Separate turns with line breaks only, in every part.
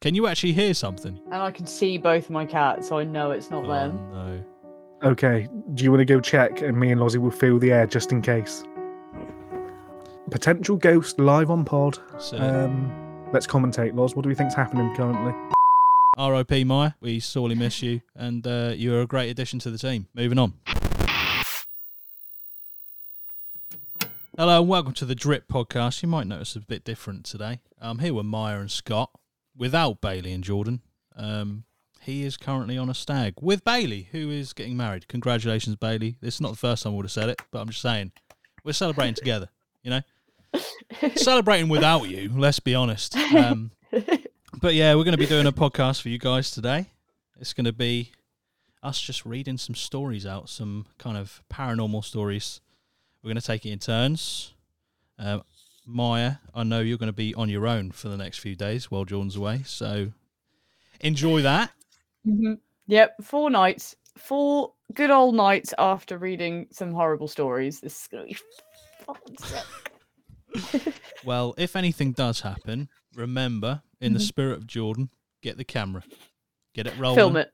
Can you actually hear something?
And I can see both my cats, so I know it's not
Oh,
them.
no.
Okay, do you want to go check? And me and Lozzie will feel the air just in case. Potential ghost live on pod.
So,
Um, let's commentate, Loz. What do we think's happening currently?
R.I.P. Maya. We sorely miss you, and uh, you are a great addition to the team. Moving on. Hello and welcome to the Drip Podcast. You might notice a bit different today. I'm here with Maya and Scott, without Bailey and Jordan. Um, he is currently on a stag with Bailey, who is getting married. Congratulations, Bailey. This is not the first time I would have said it, but I'm just saying we're celebrating together. You know, celebrating without you. Let's be honest. Um, but yeah, we're going to be doing a podcast for you guys today. It's going to be us just reading some stories out, some kind of paranormal stories. We're going to take it in turns. Um, Maya, I know you're going to be on your own for the next few days while Jordan's away, so enjoy that. Oh.
Yep, four nights, four good old nights after reading some horrible stories. This is gonna be fucking sick.
Well, if anything does happen, remember, in the spirit of Jordan, get the camera, get it rolling,
Mm-hmm. Film it.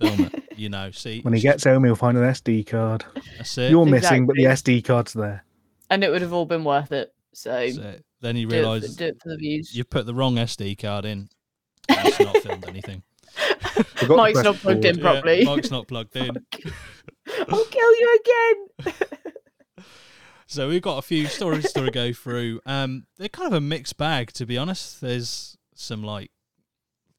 film it. You know, see
When he gets home, he'll find an SD card.
that's it.
You're missing, but the SD card's there.
And it would have all been worth it. So,
That's it. Then you
do, it for-
realise
do it for the views.
You put the wrong SD card in. It's not filmed anything.
Forgot to
Mike's
press
not plugged in.
forward.
Yeah,
Probably.
Mike's not plugged in.
I'll kill you again.
So we've got a few stories to go through. Um, they're kind of a mixed bag, to be honest. There's some like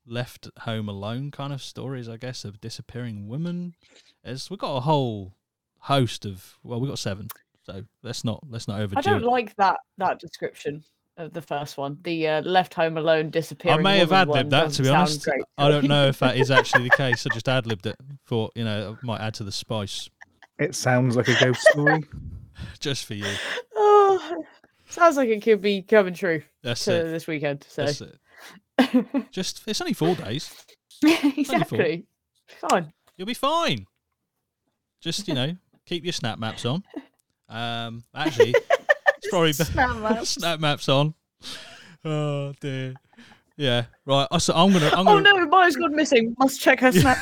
left at home alone kind of stories, I guess, of disappearing women. As we've got a whole host of well, we've got seven. So let's not let's not
I
overdo
don't
it.
like that that description of the first one. The uh, left home alone disappearing.
I may have
woman
ad
one
libbed that to
doesn't
be
sound
honest.
great to
I
me.
don't know if that is actually the case. I just ad libbed it. Thought, you know, it might add to the spice
It sounds like a ghost story.
just for you.
Oh, sounds like it could be coming true
That's
to
it.
this weekend. So
That's it. Just it's only four days.
exactly. Fine.
You'll be fine. Just you know, keep your snap maps on. Um, actually, it's probably be- snap maps on. Oh dear. Yeah. Right. I- So I'm gonna. I'm
Oh
gonna.
no, Maya's gone missing. Must check her snap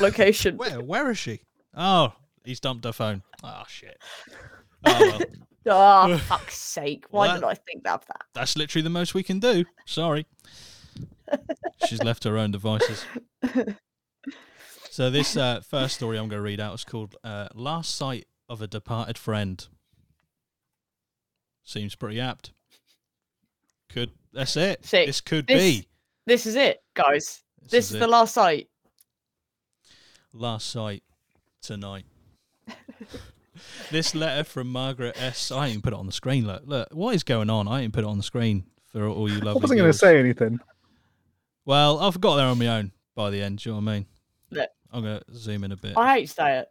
location.
Where? Where is she? Oh, he's dumped her phone. Oh shit. Oh well.
Ah, fuck's sake. Why
Well,
did I think about that?
That's literally the most we can do. Sorry. She's left her own devices. So this uh, first story I'm going to read out is called uh, "Last Sight of a Departed Friend." Seems pretty apt. Could that's it?
See,
this could
this-
be.
This is it, guys. This, is,
it.
the last site.
last sight tonight. this letter from Margaret S. I ain't put it on the screen. Look, look, what is going on? I ain't put it on the screen for all you
I
lovely.
wasn't going to
viewers.
say anything.
Well, I forgot they're on my own by the end. Do you know what I mean?
Look.
I'm going to zoom in a bit.
I hate to say it.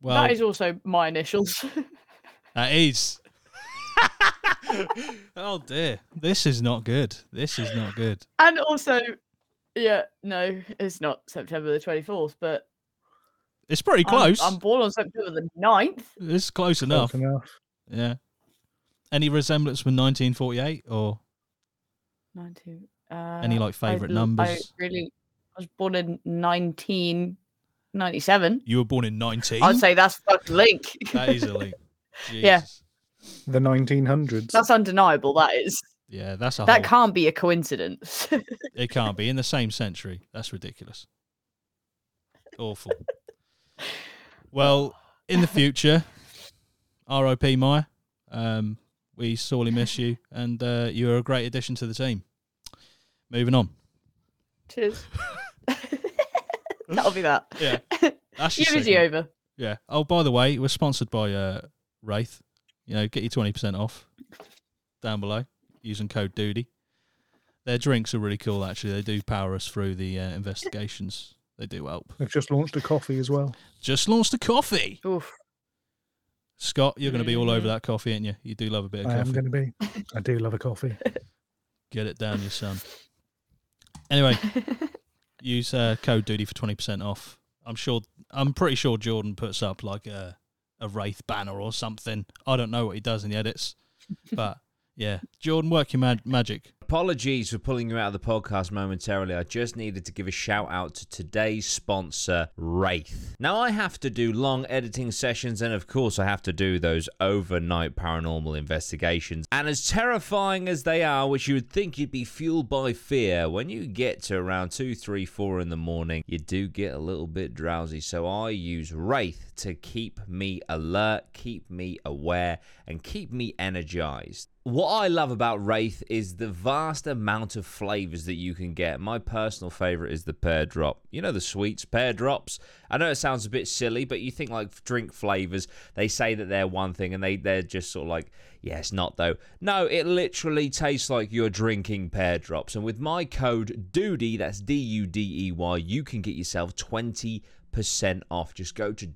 well,
that is also my initials.
that is. oh dear. This is not good. This is not good.
and also, yeah, no, it's not September the 24th, but
It's pretty
I'm-
close.
I'm, born on September the 9th.
It's close enough.
Close enough.
Yeah. Any resemblance from 1948 or
19. Uh,
any like
I
favourite
l-
numbers?
I really I was born in 1997.
You were born in 19.
I'd say that's fucking link.
that is a link.
Yeah.
Jesus.
The 1900s.
that's undeniable. That is.
Yeah, that's a
That
Oh.
whole,
can't be a coincidence.
it can't be in the same century. That's ridiculous. Awful. well, in the future, R.I.P. Maya. Um, we sorely miss you, and uh, you are a great addition to the team. Moving on.
Cheers. That'll be that.
Yeah, that's your
Eulogy
segment.
over.
Yeah. Oh, by the way, we're sponsored by uh, Wraith. You know, get your twenty percent off down below using code Doody. Their drinks are really cool. Actually, they do power us through the uh, investigations. They do help.
They've just launched a coffee as well.
Just launched a coffee.
Oof.
Scott, you're going to be all over
Yeah.
that coffee, ain't you? You do love a bit of
I am
coffee.
going to be. I do love a coffee.
Get it down, your son. Anyway, use uh, code Doody for twenty percent off. I'm sure. I'm pretty sure Jordan puts up like a a wraith banner or something. I don't know what he does in the edits, but yeah, Jordan, work your mag- magic.
Apologies for pulling you out of the podcast momentarily. I just needed to give a shout out to today's sponsor, Wraith. Now, I have to do long editing sessions, and of course, I have to do those overnight paranormal investigations. And as terrifying as they are, which you would think you'd be fueled by fear, when you get to around 2, 3, 4 in the morning, you do get a little bit drowsy. So I use Wraith to keep me alert, keep me aware, and keep me energized. What I love about Wraith is the vast amount of flavors that you can get. My personal favorite is the pear drop. You know, the sweets, pear drops. I know it sounds a bit silly, but you think like drink flavors, they say that they're one thing and they, they're just sort of like, yeah, it's not though. No, it literally tastes like you're drinking pear drops. And with my code DUDY, that's D U D E Y, you can get yourself 20% off. Just go to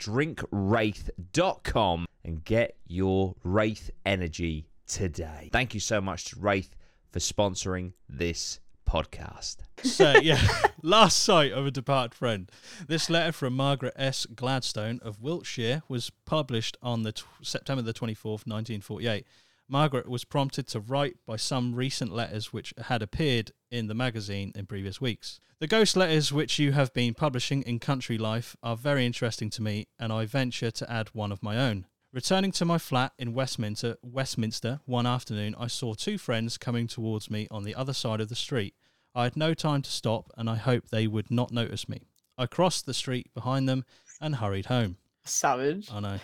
drinkwraith.com and get your Wraith energy today. Thank you so much to Wraith for sponsoring this podcast.
So, yeah, last sight of a departed friend. This letter from Margaret S. Gladstone of Wiltshire was published on the tw- September the 24th, 1948. Margaret was prompted to write by some recent letters which had appeared in the magazine in previous weeks. The ghost letters which you have been publishing in Country Life are very interesting to me, and I venture to add one of my own. Returning to my flat in Westminster, Westminster one afternoon, I saw two friends coming towards me on the other side of the street. I had no time to stop, and I hoped they would not notice me. I crossed the street behind them and hurried home.
Savage.
Uh,
I know.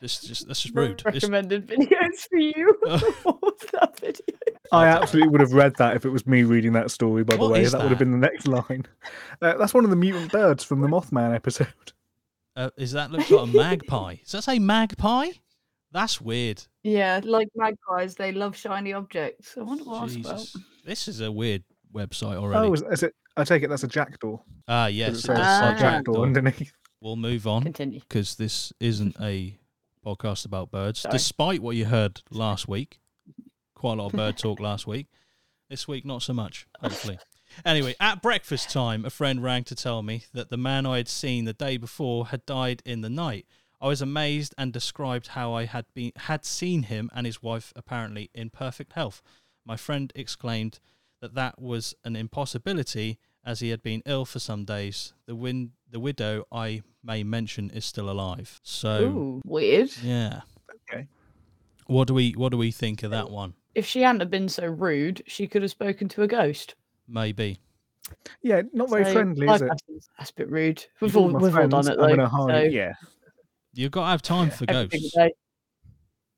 This just this is
No
rude. This-
Recommended videos for you.
Uh.
what was that video?
I absolutely would have read that if it was me reading that story, by the
What
way.
is
That, would have
that?
been the next line. Uh, that's one of the mutant birds from the Mothman episode.
uh, is that looks like a magpie? Does that say magpie? That's weird.
Yeah, like magpies, they love shiny objects. I wonder what that's about.
Jesus, this is a weird website
Oh,
already.
is, is it? I take it that's a jackdaw. 'cause
Ah, yes,
it
it
says
does
Ah.
say
jackdaw
jackdaw.
underneath.
We'll move on.
Continue.
because this isn't a podcast about birds.
Sorry.
Despite what you heard last week, quite a lot of bird talk last week. This week, not so much, hopefully. anyway, at breakfast time, a friend rang to tell me that the man I had seen the day before had died in the night. I was amazed and described how I had been had seen him and his wife apparently in perfect health. My friend exclaimed that that was an impossibility as he had been ill for some days. The win- the widow I may mention is still alive. So
Oh.
Ooh, weird.
yeah.
Okay.
What do we what do we think of that one?
If she hadn't have been so rude, she could have spoken to a ghost.
Maybe.
Yeah, not very
So,
friendly,
like,
is it?
That's, that's a bit rude. We've
Ooh,
all,
my
we've all
friends,
done it
I'm in
though.
a hurry.
so-
Yeah.
You've got to have time for
every single
ghosts.
day.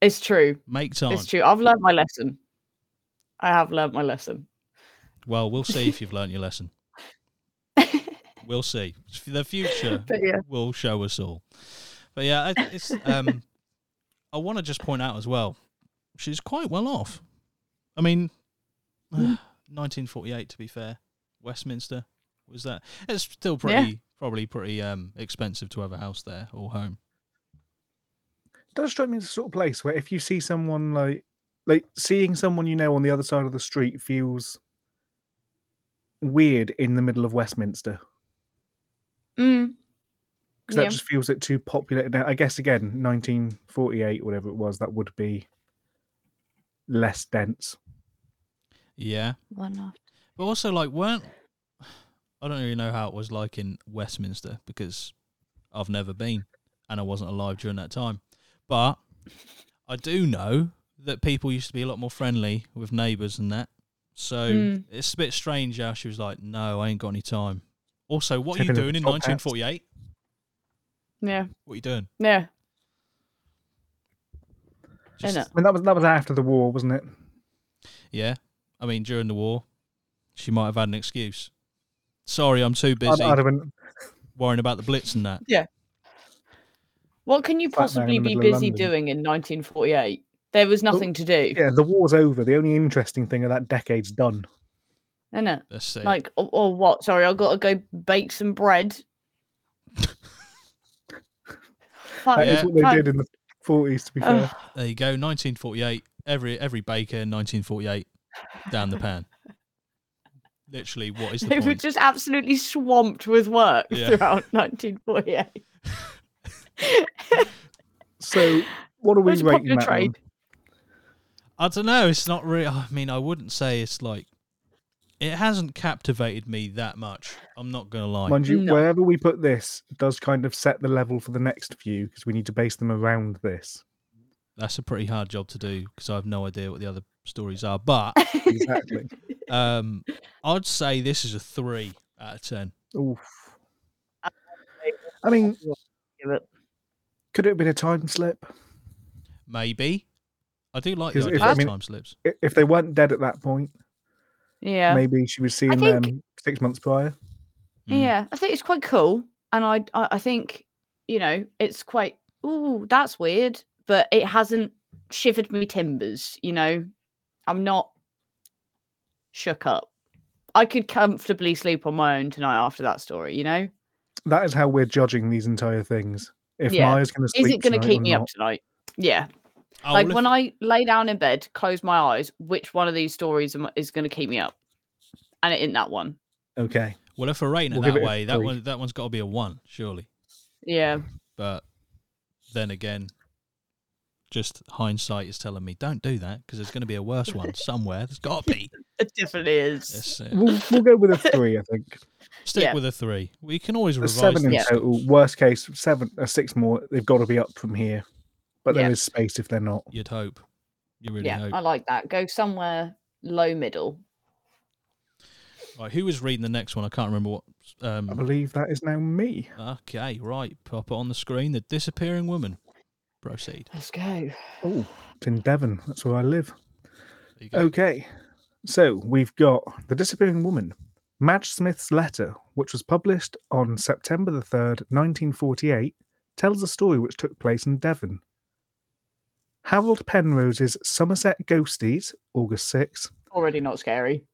It's true.
Make time.
It's true. I've learned my lesson. I have learned my lesson.
Well, we'll see if you've learnt your lesson. We'll see. F- The future
but yeah,
will show us all. But yeah, it- it's, um, I want to just point out as well, she's quite well off. I mean,
Mm.
1948 to be fair, Westminster was that. It's still
Yeah.
pretty, probably pretty um expensive to have a house there or home.
It does strike me as a sort of place where if you see someone like like seeing someone you know on the other side of the street feels weird in the middle of Westminster.
mm,
because
yeah.
that just feels it too popular. Now, I guess again, 1948, whatever it was, that would be less dense.
Yeah.
one off.
But also, like, weren't I don't really know how it was like in Westminster because I've never been and I wasn't alive during that time. But I do know that people used to be a lot more friendly with neighbours and that. So
Hmm.
it's a bit strange how she was like, "No, I ain't got any time." Also, what are you
Tipping
doing in
the top hats.
1948?
Yeah,
What are you doing?
yeah.
Just-
Innit?
I mean, that was that was after the war, wasn't it?
yeah. I mean, during the war, she might have had an excuse. Sorry, I'm too busy
I'd, I'd have been,
worrying about the blitz and that.
What can you
Flat man in
possibly
the
be
middle of
busy
London. Oh,
doing in 1948? There was nothing to do,
yeah, the war's over. The only interesting thing of that decade's done.
innit?
Let's see.
Like, or, or what? Sorry, I've got to go bake some bread. Fuck,
That is
Yeah.
what they
fuck.
did in the 40s, to be fair.
Ugh.
There you go. 1948. Every every baker in 1948 down the pan. Literally, what is the
They were
point?
just absolutely swamped with work
Yeah.
throughout 1948.
So, what are we
Where's
rating
popular
that? one?
trade?
I don't know. It's not really. I mean, I wouldn't say it's like it hasn't captivated me that much. I'm not gonna lie.
Mind you,
No.
wherever we put this does kind of set the level for the next few because we need to base them around this.
That's a pretty hard job to do because I have no idea what the other stories are. But
Exactly.
um, I'd say this is a three out of ten.
Oof. I mean,
Give it.
could it have been a time slip?
Maybe. I do like the
'Cause if-
idea
I
of
mean-
time slips.
I- If they weren't dead at that point,
Yeah.
maybe she was seeing
think-
them six months prior.
Mm.
Yeah, I think it's quite cool, and I, I I think you know it's quite ooh that's weird, but it hasn't shivered me timbers. You know, I'm not shook up. I could comfortably sleep on my own tonight after that story. You know,
That is how we're judging these entire things. If
Yeah.
Maya's going to sleep,
is it going to
tonight
keep
or
me
not.
up tonight? Yeah,
Oh,
like
well, if-
when I lay down in bed, close my eyes. Which one of these stories am, is going to keep me up? And it isn't that one.
Okay.
Well, if we're rating it
We'll give
that
it a
way, that
three.
one that one's got to be a one, surely.
Yeah,
But then again, just hindsight is telling me don't do that because there's going to be a worse one somewhere. There's got to be.
it definitely is.
It's, uh,
We'll, we'll go with a three, I think.
stick
Yeah.
with a three. We can always
There's
revise.
seven in
these.
Yeah.
total. Worst case, seven or six more. They've got to be up from here. But there
Yeah.
is space if they're not.
You'd hope. You really
yeah, um
hope.
I like that. Go somewhere low middle.
Right, who was reading the next one? I can't remember what.
I
Um,
believe that is now me.
okay, right. Pop it on the screen. The disappearing woman. Proceed.
Let's go.
Oh, it's in Devon. That's where I live.
There you go.
Okay. So we've got The Disappearing Woman, Madge Smith's letter, which was published on September the 3rd, 1948, tells a story which took place in Devon. Harold Penrose's Somerset Ghosties, August 6th.
Already not scary.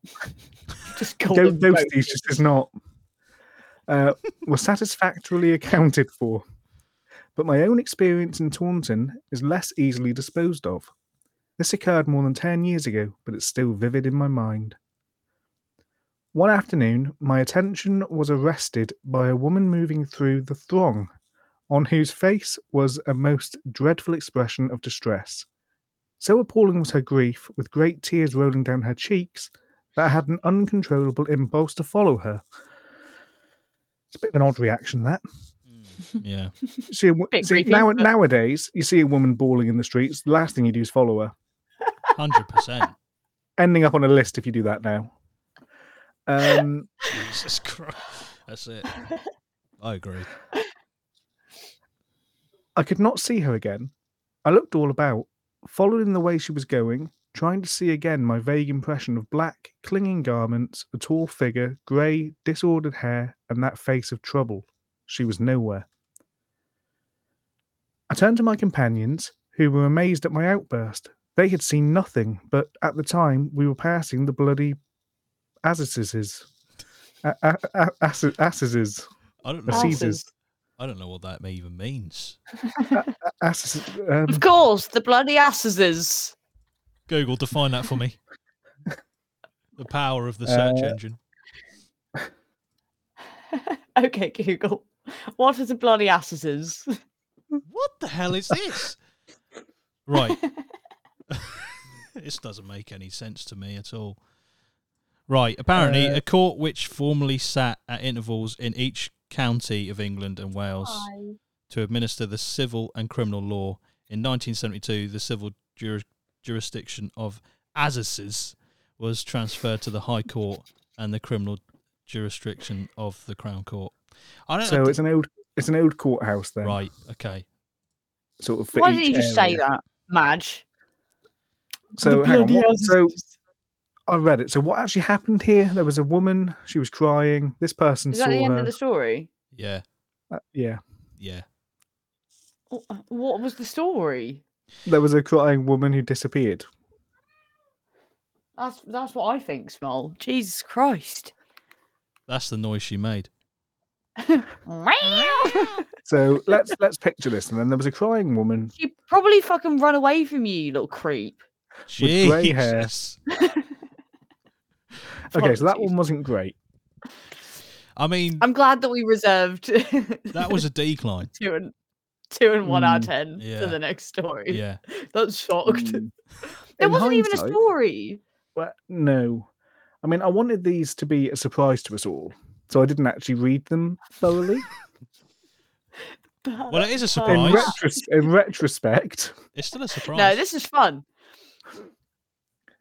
Just call
Go-
them
Ghosties
ghosts.
just is not. Uh, were satisfactorily accounted for. But my own experience in Taunton is less easily disposed of. This occurred more than 10 years ago, but it's still vivid in my mind. One afternoon, my attention was arrested by a woman moving through the throng, on whose face was a most dreadful expression of distress. So appalling was her grief, with great tears rolling down her cheeks, that I had an uncontrollable impulse to follow her. It's a bit of an odd reaction, that. Oh.
Mm, yeah.
You See, a wo-
Bit
see,
creepy,
now,
but-
nowadays, you see a woman bawling in the streets, the last thing you do is follow her.
Hundred percent.
Ending up on a list if you do that now. Um,
Jesus Christ. That's it. I agree.
I could not see her again. I looked all about, following the way she was going, trying to see again my vague impression of black, clinging garments, a tall figure, grey, disordered hair, and that face of trouble. She was nowhere. I turned to my companions, who were amazed at my outburst. They had seen nothing, but at the time we were passing the bloody assesses. A- a- a- asse- assesses.
I don't know.
Assizes.
What,
Asses.
I don't know what that may even means.
Asses. Um,
Of course, the bloody asses.
Google, define that for me. the power of the search engine.
Okay, Google. What are the bloody asses?
What the hell is this? right. this doesn't make any sense to me at all. Right. Apparently,
Uh,
a court which formerly sat at intervals in each county of England and Wales to administer the civil and criminal law in 1972, the civil jur- jurisdiction of Assesses was transferred to the High Court and the criminal jurisdiction of the Crown Court. I don't
so
know.
it's an old, it's an old courthouse then.
right. Okay.
sort of. for
Why did
each
you just say
area.
that, Madge?
So,
the
hang on,
bloody
what- so
asses.
I read it. So what actually happened here? There was a woman. She was crying. This person
is
saw
that the end
her.
of the story?
Yeah.
uh, yeah,
Yeah.
Wh- uh, What was the story?
there was a crying woman who disappeared.
That's that's what I think, Small. Jesus Christ.
That's the noise she made.
So let's let's picture this. And then there was a crying woman.
you probably fucking run away from you, you little creep.
With grey hair.
Jesus.
Okay, so that
Apologies.
one wasn't great.
I mean,
I'm glad that we reserved
that was a decline.
two and two and one out
Mm,
of ten
yeah.
to the next story.
Yeah.
That's shocked.
Mm.
There
In
wasn't even a
hindsight-
story.
Well, no, I mean, I wanted these to be a surprise to us all, so I didn't actually read them thoroughly.
Well, it is a
in,
surprise.
retros- in retrospect,
It's still a surprise.
No, this is fun.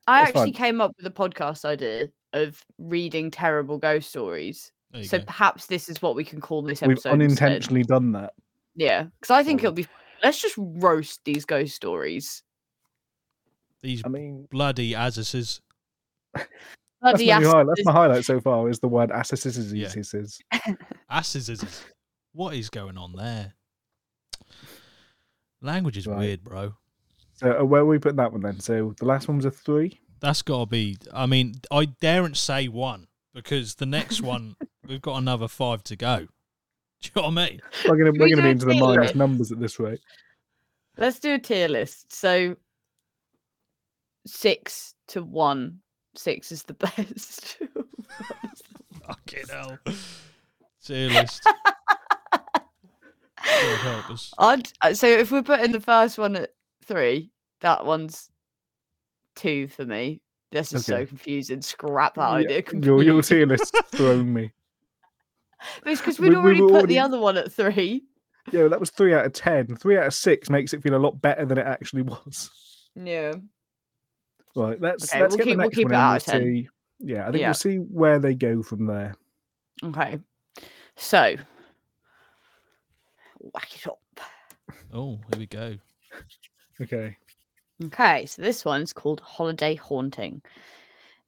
I
It's
actually
fun.
came up with a podcast idea of reading terrible ghost stories.
There you
So
go.
perhaps this is what we can call this
we've
episode. instead.
unintentionally done that.
Yeah, because I think
Cool.
it'll be. Let's just roast these ghost stories.
These
I mean,
bloody Azuses.
that's,
Bloody
my
ass-
highlight. that's my highlight so far is the word assassins.
Yeah.
Yeah.
Azuses. What is going on there? Language is
Right.
weird, bro.
So uh, where are we putting that one then? So the last one was a three.
That's got to be. I mean, I daren't say one because the next one we've got another five to go. Do you know what I mean?
We're gonna
Should
we're
we do
gonna be
a
into the
tier
minus
list?
numbers at this rate.
Let's do a tier list. So six to one. Six is the best.
Fucking hell. Tier list. God help us.
I'd, uh, so if we're putting the first one at three, that one's two for me. This is
Okay.
so confusing. Scrap that
Yeah,
idea
Your
completely.
your tier list thrown me.
because
we-
we'd
we
already
were
put
already-
the other one at three.
Yeah, that was three out of ten. Three out of six makes it feel a lot better than it actually was.
Yeah.
Right, let's
Okay,
let's
we'll
get
keep-
the
we'll
next
keep it
one in,
out
we'll
of 10.
see- Yeah, I think
Yeah.
we'll see where they go from there.
Okay. So whack it up.
Oh, here we go.
Okay.
Okay, so this one's called Holiday Haunting.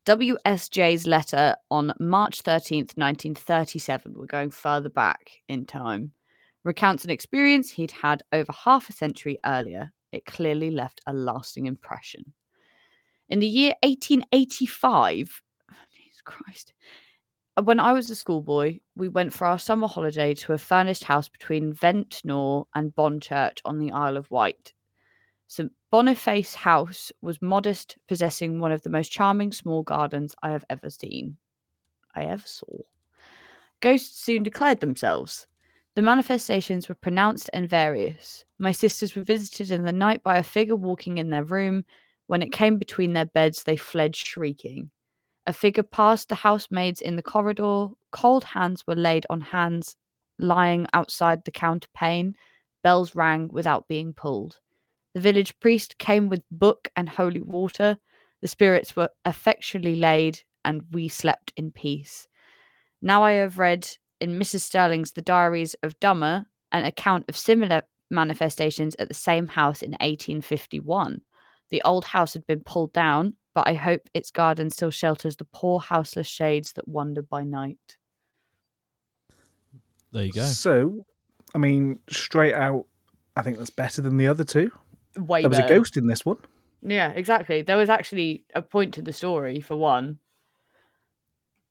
WSJ's letter on March 13th, 1937, we're going further back in time, recounts an experience he'd had over half a century earlier. It clearly left a lasting impression. In the year 1885, Jesus Christ, uh, when I was a schoolboy, we went for our summer holiday to a furnished house between Ventnor and Bonchurch on the Isle of Wight. St. Boniface House was modest, possessing one of the most charming small gardens I have ever seen. I ever saw. Ghosts soon declared themselves. The manifestations were pronounced and various. My sisters were visited in the night by a figure walking in their room. When it came between their beds, they fled shrieking. A figure passed the housemaids in the corridor. Cold hands were laid on hands lying outside the counterpane. Bells rang without being pulled. The village priest came with book and holy water. The spirits were effectually laid, and we slept in peace. Now I have read in Mrs. Sterling's The Diaries of Dummer an account of similar manifestations at the same house in 1851. The old house had been pulled down, but I hope its garden still shelters the poor houseless shades that wander by night.
There you go.
So, I mean, straight out, I think that's better than the other two.
Way
There was a ghost in this one.
Yeah, exactly. There was actually a point to the story for one.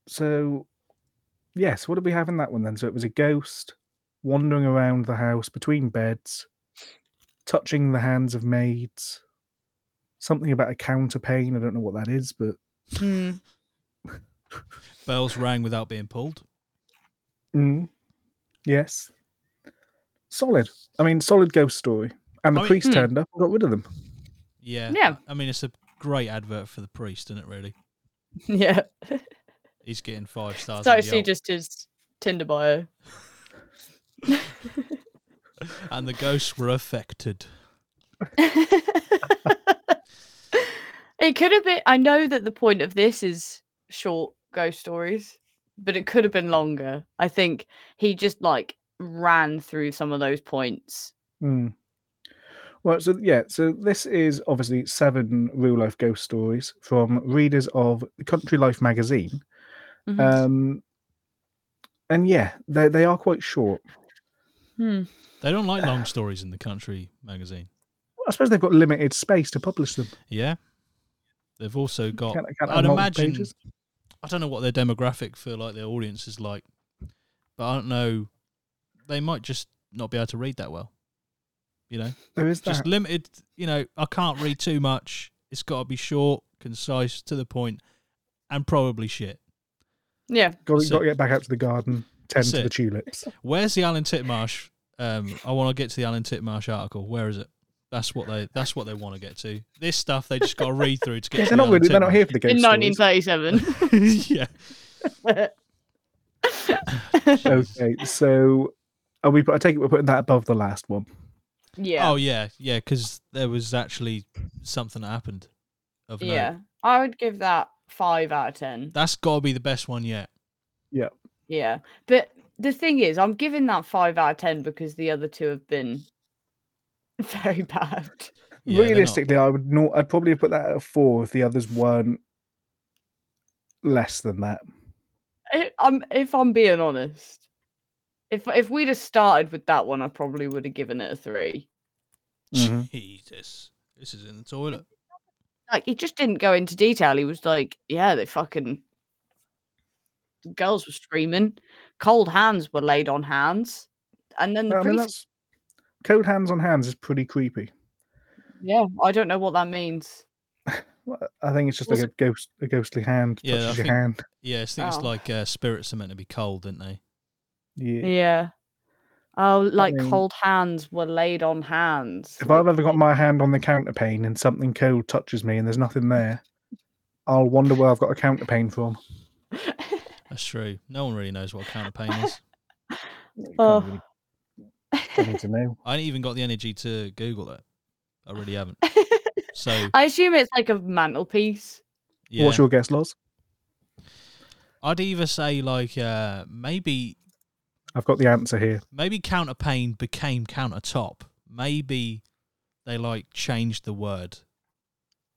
So, yes, what did we have in that one then? So it was a ghost wandering around the house between beds, touching the hands of maids. Something about a counterpane. I don't know what that is, but
Hmm.
Bells rang without being pulled.
Mm. Yes. Solid. I mean, solid ghost story. And the
I mean-
priest
Hmm.
turned up and got rid of them.
Yeah.
Yeah.
I mean, it's a great advert for the priest, isn't it, really?
Yeah.
He's getting five stars.
It's
on the
actually
Yelp.
just his Tinder bio.
And the ghosts were affected.
it could have been. I know that the point of this is short ghost stories, but it could have been longer. I think he just like ran through some of those points.
Mm. Well, so yeah, so this is obviously seven real life ghost stories from readers of the Country Life magazine.
Mhm.
Um, and yeah, they, they are quite short.
Hmm.
They don't like long stories in the country magazine.
I suppose they've got limited space to publish them.
Yeah. They've also got.
Can- can I
I'd
multiple
imagine.
pages?
I don't know what their demographic for like their audience is like, but I don't know. They might just not be able to read that well. You know,
There is that.
just limited. You know, I can't read too much. It's got to be short, concise, to the point, and probably shit.
Yeah.
Got,
so-
got to get back out to the garden, tend
That's
to the
it.
tulips.
Where's the Alan Titmarsh? Um, I want to get to the Alan Titmarsh article. Where is it? That's what they. That's what they want to get to. This stuff they just got to read through to get.
Yeah,
to
they're
the
not really, they're not
antenna.
here for the game.
in 1937.
yeah.
Okay, so are we? I take it we're putting that above the last one.
yeah.
Oh yeah, yeah. Because there was actually something that happened. Of note.
yeah. I would give that five out of 10.
That's got to be the best one yet.
Yeah. But the thing is, I'm giving that five out of 10 because the other two have been very bad.
Yeah, they're not-
Realistically, I would not. I'd probably put that at a four if the others weren't less than that.
I- I'm, if I'm being honest, if if we'd have started with that one, I probably would have given it a three. Mm-hmm.
Mhm.
Jesus, this is in the toilet.
Like he just didn't go into detail. He was like, "Yeah, they fucking the girls were screaming, cold hands were laid on hands, and then the
I mean,
priest."
that's code hands on hands is pretty creepy.
yeah, I don't know what that means.
Well, I think it's just like
Was
a ghost, a ghostly hand
Yeah,
touches
I
your
think-
hand.
Yeah, I think
Oh.
it's like uh, spirits are meant to be cold, aren't they?
Yeah.
Yeah. Oh, like
mean-
cold hands were laid on hands.
If I've ever got my hand on the counterpane and something cold touches me and there's nothing there, I'll wonder where I've got a counterpane from.
That's true. No one really knows what a counterpane is.
You
Oh.
can't really- don't need to know.
I ain't even got the energy to Google it. I really haven't. So
I assume it's like a mantelpiece.
yeah,
What's your guess, Loz?
I'd either say like uh, maybe
I've got the answer here.
maybe counterpane became countertop. Maybe they like changed the word.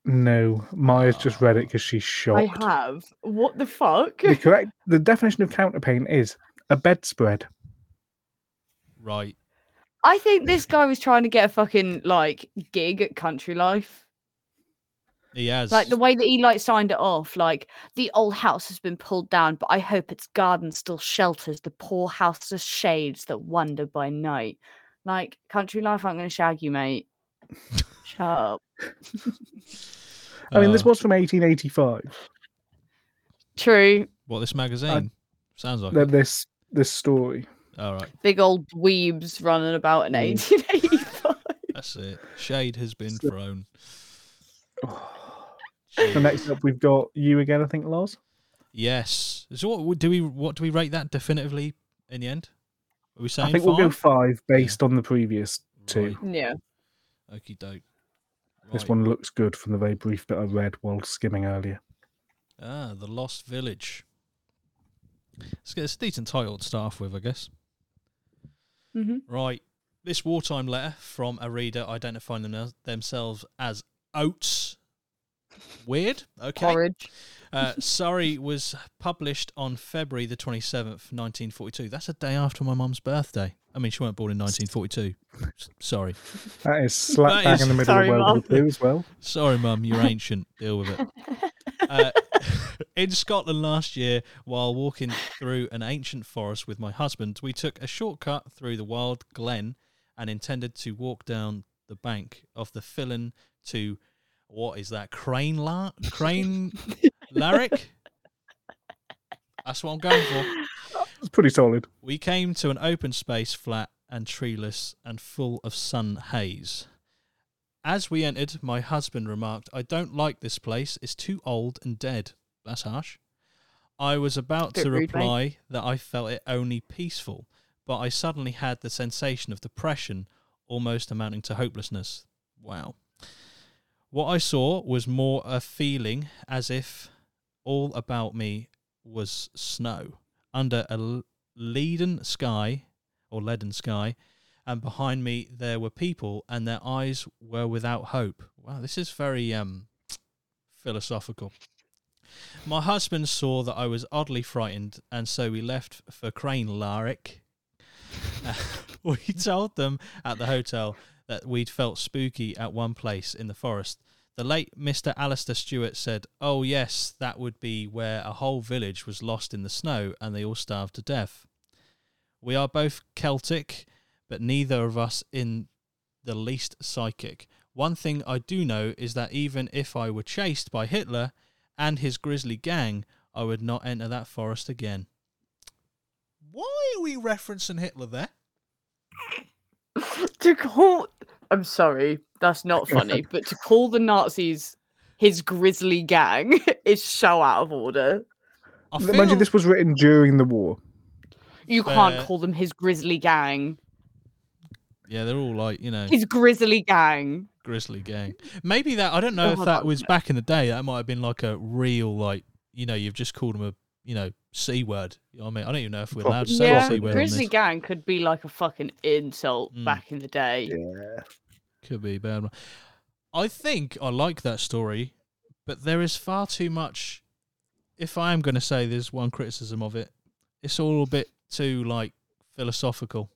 No, Maya's just read it because she's
I
shocked.
have. What the fuck?
The correct, the definition of counterpane is a bedspread.
Right.
I think this guy was trying to get a fucking like gig at Country Life.
He has.
Like the way that he like signed it off, like the old house has been pulled down, but I hope its garden still shelters the poor houseless shades that wander by night. Like Country Life, I'm gonna shag you, mate. Shut up.
I mean, this
Uh,
was from 1885.
True.
what this magazine sounds like.
that This this story.
it. All right.
Big old dweebs running about in
Mm.
1885.
That's it. Shade has been
So-
thrown. Oh.
The next up, we've got you again. I think Loz.
Yes. So what do we? What do we rate that definitively in the end? Are we saying?
I think we we'll go
five?
five based on the previous two.
Right.
yeah.
Okie doke.
This
Right.
one looks good from the very brief bit I read while skimming earlier.
Ah, The Lost Village. It's, it's a decent title to start off with, I guess.
hmm
Right. This wartime letter from a reader identifying them, themselves as oats. Weird. Okay.
Porridge.
Uh, Surrey was published on February the 27th, 1942. That's a day after my mum's birthday. I mean, she weren't born in 1942. S- Sorry.
That is slap
That
bang
is-
in the middle
Sorry,
of World
Mum.
War Two as well.
Sorry, Mum, you're ancient. Deal with it. Uh, in Scotland last year, while walking through an ancient forest with my husband, we took a shortcut through the wild glen and intended to walk down the bank of the Fillon to what is that? Crane La- Crane Larrick? That's what I'm going for.
It's pretty solid.
We came to an open space flat and treeless and full of sun haze. As we entered, my husband remarked, I don't like this place. It's too old and dead. That's harsh. I was about
Bit
to
rude, mate.
reply that I felt it only peaceful, but I suddenly had the sensation of depression, almost amounting to hopelessness. Wow. What I saw was more a feeling as if all about me was snow under a l- leaden sky or leaden sky and behind me there were people and their eyes were without hope wow this is very um philosophical my husband saw that i was oddly frightened and so we left for crane larrick we told them at the hotel that we'd felt spooky at one place in the forest the late Mr. Alistair Stewart said, Oh, yes, that would be where a whole village was lost in the snow and they all starved to death. We are both Celtic, but neither of us in the least psychic. One thing I do know is that even if I were chased by Hitler and his grisly gang, I would not enter that forest again. Why are we referencing Hitler there?
to call I'm sorry, that's not funny. but to call the Nazis his grisly gang is so out of order.
I
Mind you,
feel-
this was written during the war.
You
Fair.
can't call them his grisly gang.
yeah, they're all like you know
His grisly gang.
grizzly gang. Maybe that I don't know
Oh,
if
I
that
don't
was
know.
back in the day. That might have been like a real like you know you've just called them a you know c word. You know what I mean, I don't even know if we're allowed to say
Yeah,
a c word. on this.
grizzly gang could be like a fucking insult
Mm.
back in the day.
Could be a bad. one. I think I like that story, but there is far too much. If I am going to say there's one criticism of it, it's all a bit too like philosophical.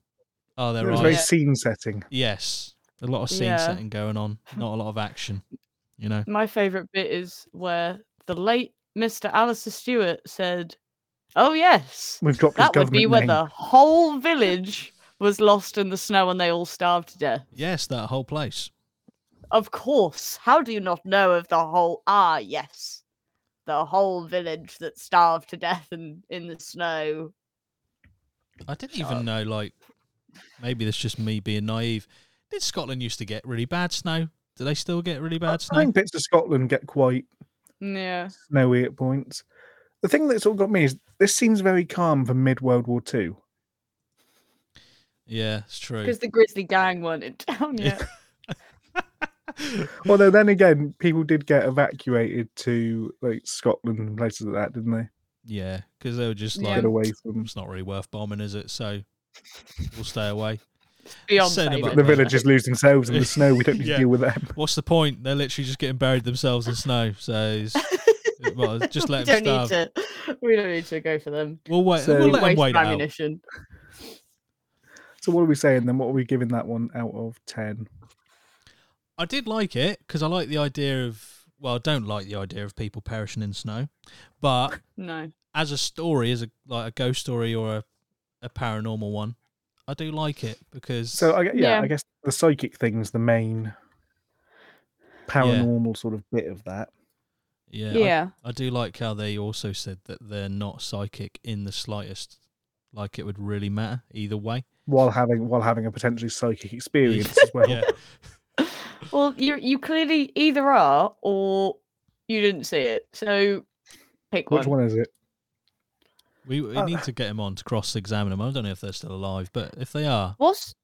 Oh,
It
there
was
are
very
Yeah.
scene setting.
yes, a lot of scene
Yeah.
setting going on, not a lot of action. You know,
my favorite bit is where the late Mr. Alistair Stewart said, "Oh yes,
We've dropped his
that would
government
be where
name.
the whole village was lost in the snow and they all starved to death."
yes, that whole place.
Of course. How do you not know of the whole? Ah, yes, the whole village that starved to death in in the snow.
I didn't
Shut
even
up.
know. Like, maybe that's just me being naive. Did Scotland used to get really bad snow? Do they still get really bad
I
snow?
think bits of Scotland get quite
Yeah.
snowy at points. The thing that sort of got me is this seems very calm for mid World War Two.
Yeah, it's true.
Because the grizzly gang weren't in town
Yeah.
yet.
Although then again, people did get evacuated to like Scotland and places like that, didn't they?
Yeah, because they were just
Yeah.
like,
Get away from
it's not really worth bombing, is it? So we'll stay away.
Beyond
Saying about
saving
the
Yeah.
it.
villagers lose themselves in the snow. We don't need
Yeah.
to deal with them.
What's the point? They're literally just getting buried themselves in snow. So it's, well, just let
we
them
don't
starve.
need to. We don't need to go for them.
We'll wait.
So-
we'll let them
Waste
wait
of
it out.
ammunition.
So what are we saying then? What are we giving that one out of ten?
I did like it because I like the idea of. Well, I don't like the idea of people perishing in snow, but
No.
as a story, as a like a ghost story or a, a paranormal one, I do like it because
So I, gue- yeah,
Yeah.
I guess the psychic thing's the main paranormal sort of bit of that.
yeah, I I do like how they also said that they're not psychic in the slightest. Like it would really matter either way.
While having while having a potentially psychic experience as well.
Yeah,
Well, you you clearly either are or you didn't see it. So pick
Which
one.
one is it?
we, we
Oh.
need to get him on to cross-examine them. I don't know if they're still alive, but if they are,
What's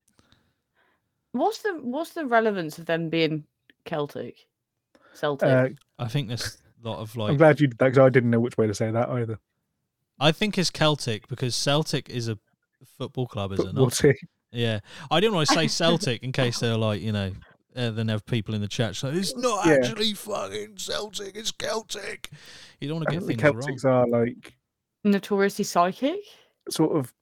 what's the what's the relevance of them being Celtic? Celtic.
Uh,
I think there's a lot of
I'm
like.
glad you did that because I didn't know which way to say that either.
I think it's Celtic because Celtic is a football club, is it
But we'll
not?
see.
Yeah, I didn't want to say Celtic in case they're like you know. Uh, then have people in the chat so it's not
Yeah.
actually fucking Celtic, it's Celtic. You don't want
I
to get
think the
things wrong.
Celtics are like
Notoriously psychic?
sort of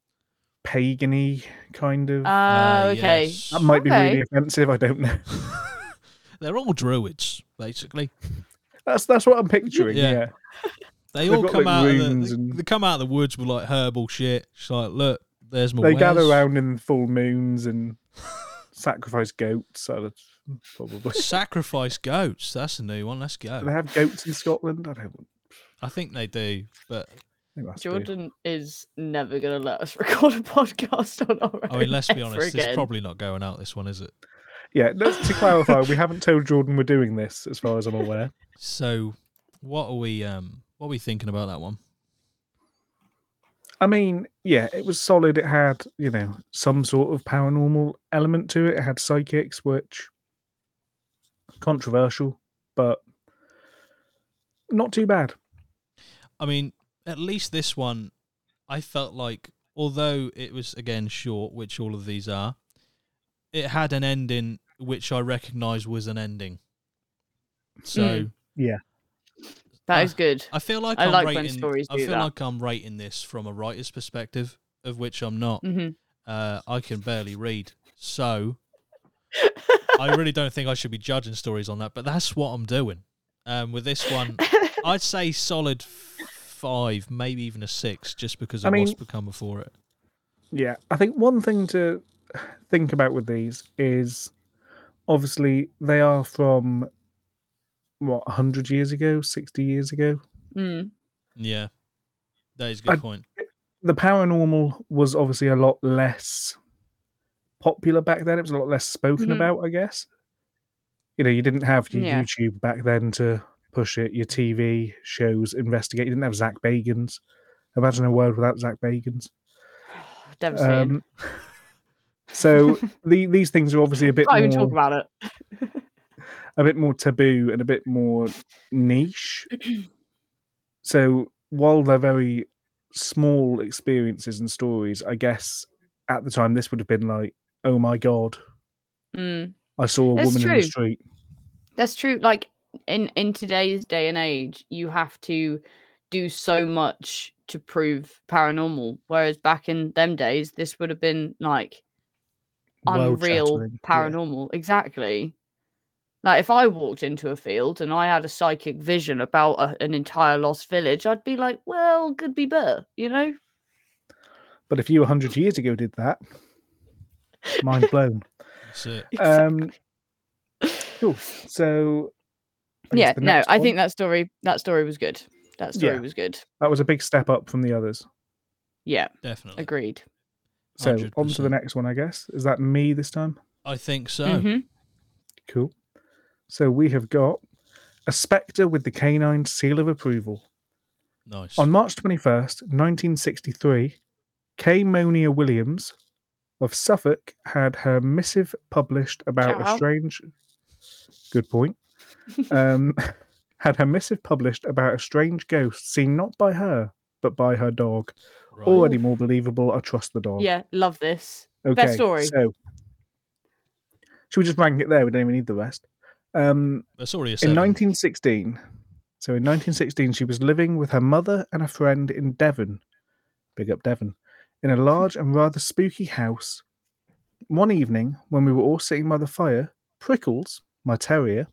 pagany kind of.
Oh,
Ah,
okay.
yes.
uh, that might be really
okay.
offensive. I don't know.
They're all druids, basically.
That's that's what I'm picturing.
Yeah.
Yeah.
They
They've
all
got,
come
like,
out. Of the,
runes
they,
and-
they come out of the woods with like herbal shit. She's like, look, there's my.
They gather
wares."
around in full moons and sacrifice goats. I would probably.
Sacrifice goats. That's a new one. Let's
Do they
go.
have goats in Scotland? I don't.
I think they do, but
They must do.
Jordan is never gonna let us record a podcast on our
I
own
mean, let's be
ever
honest. It's
again.
probably not going out. This one is it?
Yeah. Let's, to clarify, we haven't told Jordan we're doing this, as far as I'm aware.
So, what are we? Um, what are we thinking about that one?
I mean, yeah, it was solid. It had, you know, some sort of paranormal element to it. It had psychics, which controversial, but not too bad.
I mean, at least this one, I felt like, although it was again short, which all of these are, it had an ending which I recognised was an ending. So.
Mm.
uh,
That is good.
I feel like
I
am
like when
rating,
stories
I
do
feel
that.
like I'm rating this from a writer's perspective, of which I'm not.
hmm
Uh, I can barely read, so I really don't think I should be judging stories on that. But that's what I'm doing. Um, with this one, I'd say solid f- five, maybe even a six, just because
I
of what's
mean-
become before it.
Yeah, I think one thing to think about with these is obviously they are from what 100 years ago, 60 years ago.
mm.
Um,
Yeah, that is a good
I-
point.
The paranormal was obviously a lot less popular back then. It was a lot less spoken
Mhm.
about, I guess. You know, you didn't have your
Yeah.
YouTube back then to push it, your TV shows, investigate. You didn't have Zach Bagans. Imagine a world without Zach Bagans.
Devastating.
Um, so the, these things are obviously a bit
Can't even
more,
talk about it.
a bit more taboo and a bit more niche. so while they're very small experiences and stories, I guess at the time this would have been like, oh my god,
Mm.
I saw a
That's
woman in the
true.
street.
That's true. Like in in today's day and age, you have to do so much to prove paranormal. Whereas back in them days, this would have been like unreal
world-shattering. Yeah.
paranormal. Exactly. Like if I walked into a field and I had a psychic vision about a, an entire lost village, I'd be like, "Well, could be better," you know.
But if you 100 years ago did that, mind blown.
That's it.
um, cool. So, I guess
yeah,
the
no,
next
I
one-
think that story that story was good. That story
Yeah.
was good.
that was a big step up from the others.
Yeah,
Definitely.
agreed.
So, on to the
100%.
next Mm-hmm. one, I guess. Is that me this time?
I think so.
Mhm.
Cool. So, we have got a spectre with the canine seal of approval.
Nice.
On March 21st, 1963, K. Monia Williams of Suffolk had her missive published about
Ciao.
a strange. Good point. Um, had her missive published about a strange ghost seen not by her, but by her dog.
right.
Already more believable. I trust the dog.
Yeah, love this.
Okay,
Best story.
So, should we just rank it there? We don't even need the rest. Um,
That's already a
in
seven.
1916, so in 1916, she was living with her mother and a friend in Devon, big up Devon, in a large and rather spooky house. One evening, when we were all sitting by the fire, Prickles, my terrier,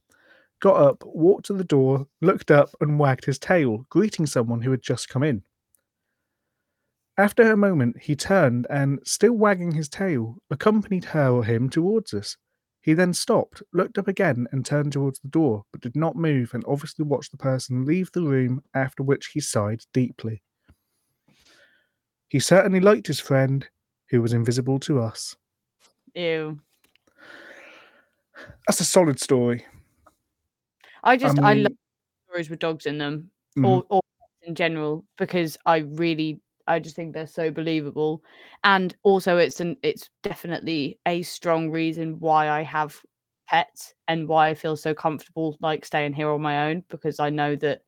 got up, walked to the door, looked up, and wagged his tail, greeting someone who had just come in. After a moment, he turned and, still wagging his tail, accompanied her or him towards us. He then stopped, looked up again, and turned towards the door, but did not move and obviously watched the person leave the room, after which he sighed deeply. He certainly liked his friend, who was invisible to us.
Ew.
That's a solid story.
I just I, love
mean-
stories with dogs in them,
Mhm.
or or in general, because I really I just think they're so believable, and also it's an it's definitely a strong reason why I have pets and why I feel so comfortable like staying here on my own because I know that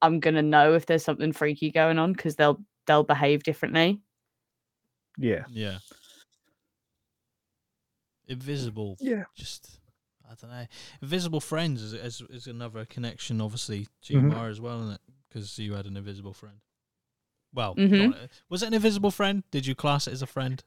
I'm gonna know if there's something freaky going on because they'll they'll behave differently.
Yeah.
Yeah. Invisible.
Yeah.
Just I don't know. Invisible friends is is, is another connection, obviously, to
Mm-hmm.
Mhm.
Mara as well, isn't it? Because you had an invisible friend. Well,
Mhm.
not- was it an invisible friend? Did you class it as a friend?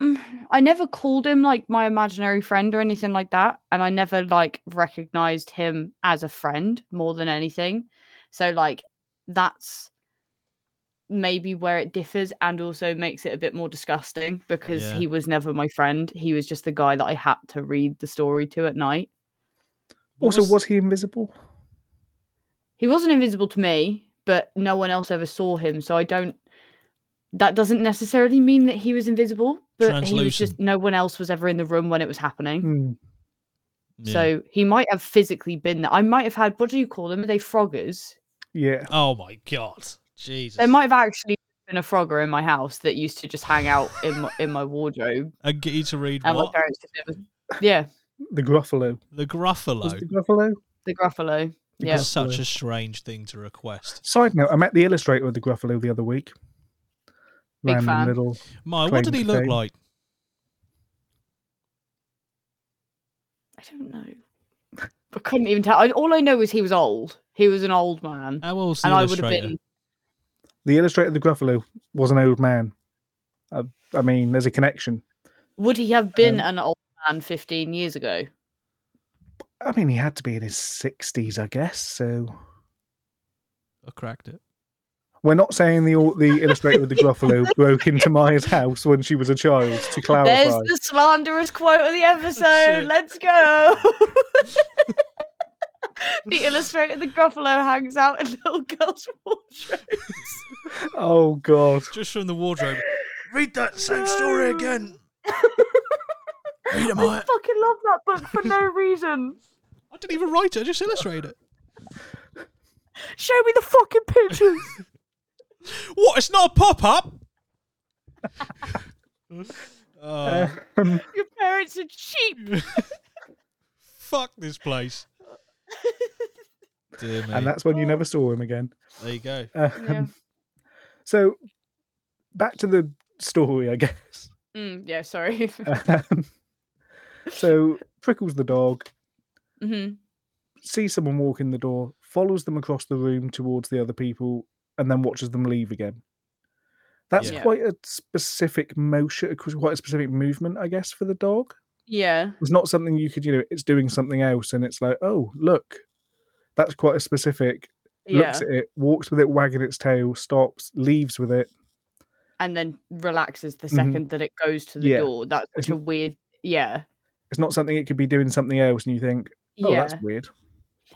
Mm, I never called him like my imaginary friend or anything like that. And I never like recognized him as a friend more than anything. So, like, that's maybe where it differs and also makes it a bit more disgusting because
Yeah.
he was never my friend. He was just the guy that I had to read the story to at night.
What
also, was he invisible?
He wasn't invisible to me, but no one else ever saw him. So, I don't. That doesn't necessarily mean that he was invisible, but he was
Translucent.
just no one else was ever in the room when it was happening.
Hmm.
Yeah.
So he might have physically been there. I might have had what do you call them? Are they froggers?
Yeah.
Oh my god, Jesus!
There might have actually been a frogger in my house that used to just hang out in my, in my wardrobe,
and get you to read
and
what
my parents just never. Yeah,
The Gruffalo.
the
Was it
Gruffalo.
the Gruffalo?
the Gruffalo.
The
Yeah.
It's such
Gruffalo.
a strange thing to request.
Side note, I met the illustrator of the Gruffalo the other week.
Big
Random
fan.
little
Maya,
Claim
what did
to
he look
fame.
like?
I don't know. I couldn't even tell. I, all I know is he was old. He was an old man,
How old's the
and I would
illustrator?
have been.
the illustrator of the Gruffalo was an old man. I, I mean, there's a connection.
Would he have been
Um,
an old man fifteen years ago?
I mean, he had to be in his 60s, I guess. So
I cracked it.
we're not saying the au- the illustrator with the Gruffalo broke into Maya's house when she was a child. To clarify,
There's the slanderous quote of the
it.
episode. Let's go. the illustrator, the Gruffalo, hangs out in little girls' wardrobe.
oh god,
Just from the wardrobe. read that same story again. read it,
I
Maya.
fucking love that book for no reason.
I didn't even write it. I just illustrated it.
Show me the fucking pictures.
What? It's not a pop up. oh,
Um,
Your parents are cheap.
fuck this place. Dear me.
and that's when you never saw him again.
there you go.
Uh,
Yeah.
um, so back to the story, I guess.
Mm, yeah, sorry.
Um, so prickles the dog,
hmm
sees someone walk in the door, follows them across the room towards the other people, and then watches them leave again. That's
Yeah.
quite a specific motion, quite a specific movement, I guess, for the dog.
Yeah.
It's not something you could, you know, it's doing something else, and it's like, oh, look, that's quite a specific.
Yeah.
Looks at it, walks with it, wagging its tail, stops, leaves with it.
And then relaxes the
Mhm.
2nd that it goes to the
Yeah.
door. That's such a weird. Yeah.
It's not something it could be doing something else, and you think, oh,
yeah.
that's weird.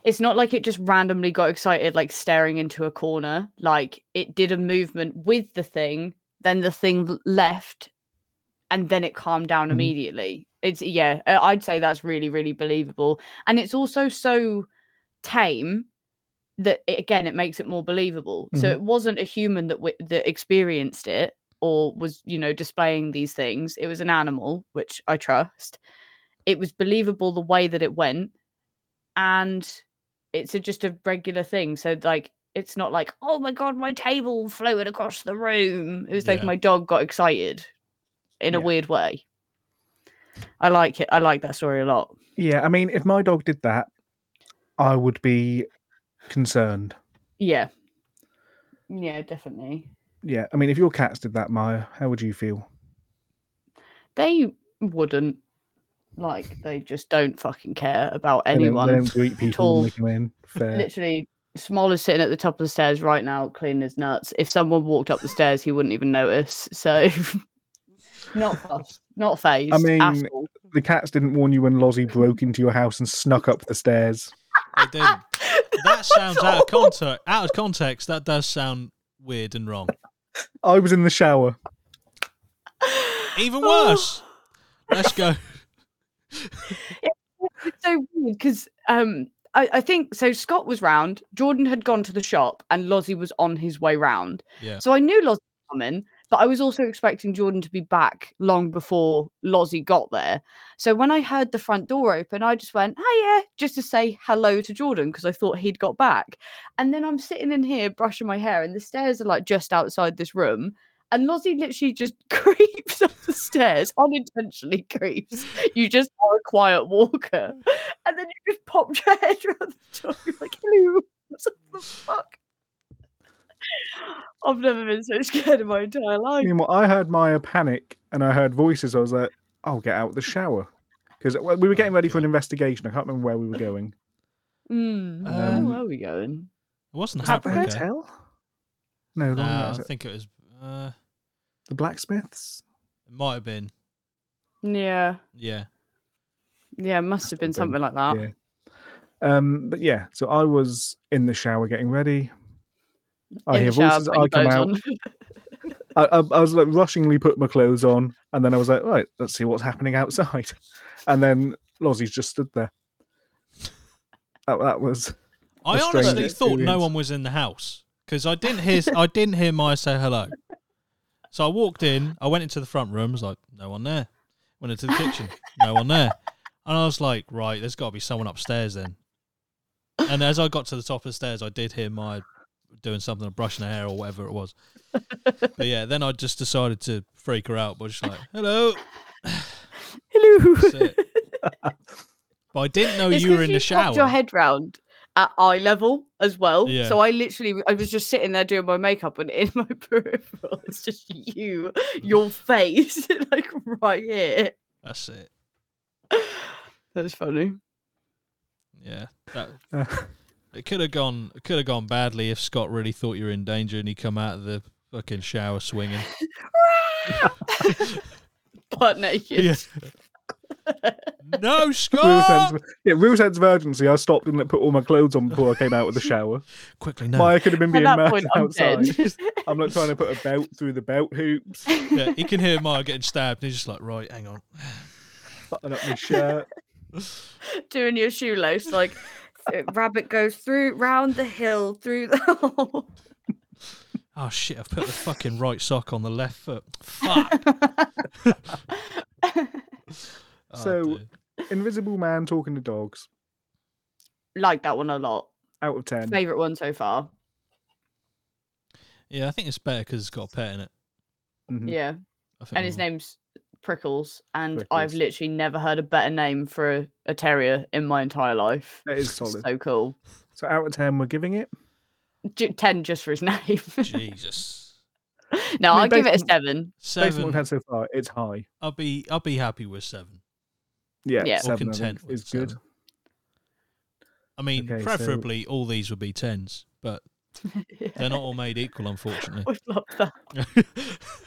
It's not like it just randomly got excited, like staring into a corner. Like it did a movement with the thing, then the thing l- left, and then it calmed down
Mhm.
immediately. It's, yeah, uh, I'd say that's really, really believable. And it's also so tame that, it, again, it makes it more believable. So
Mhm.
it wasn't a human that, wi- that experienced it or was, you know, displaying these things. It was an animal, which I trust. It was believable the way that it went. And it's a, just a regular thing. So like it's not like oh my god, my table floated across the room. It was like
Yeah.
my dog got excited in a
Yeah.
weird way. I like it. I like that story a lot.
Yeah, I mean, if my dog did that, I would be concerned.
Yeah. Yeah, definitely.
Yeah, I mean, if your cats did that, Maya, how would you feel?
They wouldn't like they just don't fucking care about
They don't-
anyone.
They don't greet people when they come in. Fair.
Literally, Small is sitting at the top of the stairs right now, cleaning his nuts. If someone walked up the stairs, he wouldn't even notice. So, not fussed, not phased. at
mean,
all.
The cats didn't warn you when Lozzie broke into your house and snuck up the stairs.
I did. That sounds out of context. Out of context, that does sound weird and wrong.
I was in the shower.
Even worse. Let's go.
It's so weird because um, I, I think so. Scott was round. Jordan had gone to the shop, and Lozzie was on his way round.
Yeah.
So I knew Lozzie was coming, but I was also expecting Jordan to be back long before Lozzie got there. So when I heard the front door open, I just went, "Hiya," just to say hello to Jordan because I thought he'd got back. And then I'm sitting in here brushing my hair, and the stairs are like just outside this room. And Lozzie literally just creeps up the stairs, unintentionally creeps. You just are a quiet walker. And then you just pop your head around the door. You're like, hello. What the fuck? I've never been so scared in my entire
I,
life.
mean, well, I heard Maya panic and I heard voices. I was like, I'll get out the shower. Because we were getting ready for an investigation. I can't remember where we were going.
Mm.
Um,
Where were we going?
It wasn't
Was that the
Africa.
hotel? No,
No,
wrong, that was
I
it.
think it was. Uh,
the blacksmiths.
it might have been.
Yeah.
Yeah.
Yeah, must have been
Something,
something like that.
yeah. Um, but yeah, so I was in the shower getting ready. I
In
hear
the shower,
voices.
putting
I come
clothes
out.
on.
I, I, I was like rushingly put my clothes on, and then I was like, right, let's see what's happening outside. And then Lozzie's just stood there. That, that was
I
A strange
honestly thought no
experience.
one was in the house because I didn't hear I didn't hear Maya say hello. So I walked in. I went into the front room. Was like no one there. Went into the kitchen. No one there. And I was like, right, there's got to be someone upstairs then. And as I got to the top of the stairs, I did hear Maya doing something, brushing her hair or whatever it was. But yeah, then I just decided to freak her out by just like, hello. That's
Hello.
it. but I didn't know
It's
oh, you were
'cause
in the shower.
popped your head round at eye level as well.
Yeah.
So I literally, I was just sitting there doing my makeup, and in my peripheral, it's just you, your face, like right here.
That's it.
That's funny.
Yeah. That,
uh,
It could have gone. It could have gone badly if Scott really thought you were in danger and he come out of the fucking shower swinging.
Butt naked.
no,
Real
Scott!
Ah!
sense of, yeah, real sense of urgency. I stopped and put all my clothes on before I came out of the shower.
Quickly, no.
Maya could have been
At
being
that
murdered
point, I'm
outside.
dead.
I'm not trying to put a belt through the belt hoops,
Yeah, he can hear Maya getting stabbed, and he's just like, right, hang on.
button up my shirt.
Doing your shoe lace, like
Uh, Rabbit goes through round the hill through the hole.
Oh shit, I've put the fucking right sock on the left foot. Fuck. Oh,
So-
dear.
Invisible man talking to dogs.
like that one a lot.
Out of ten.
Favorite one so far.
yeah, I think it's better because it's got a pet in it. Mm,
Mhm.
Yeah.
I think oh,
And his
we'll-
name's Prickles. And I've
Prickles.
literally never heard a better name for a, a terrier in my entire life.
That is solid.
So cool.
So out of ten, we're giving it.
Ju- 10 just for his name.
Jesus.
no,
I mean,
I'll give it a
based on-
7.
Based on what we've
Seven.
had so far, it's high.
I'll be I'll be happy with seven.
Yeah,
Yeah. Or
seven I
content
think,
with
is good.
seven. I mean,
Okay, so-
preferably all these would be tens, but they're not all made equal, unfortunately.
We've loved that.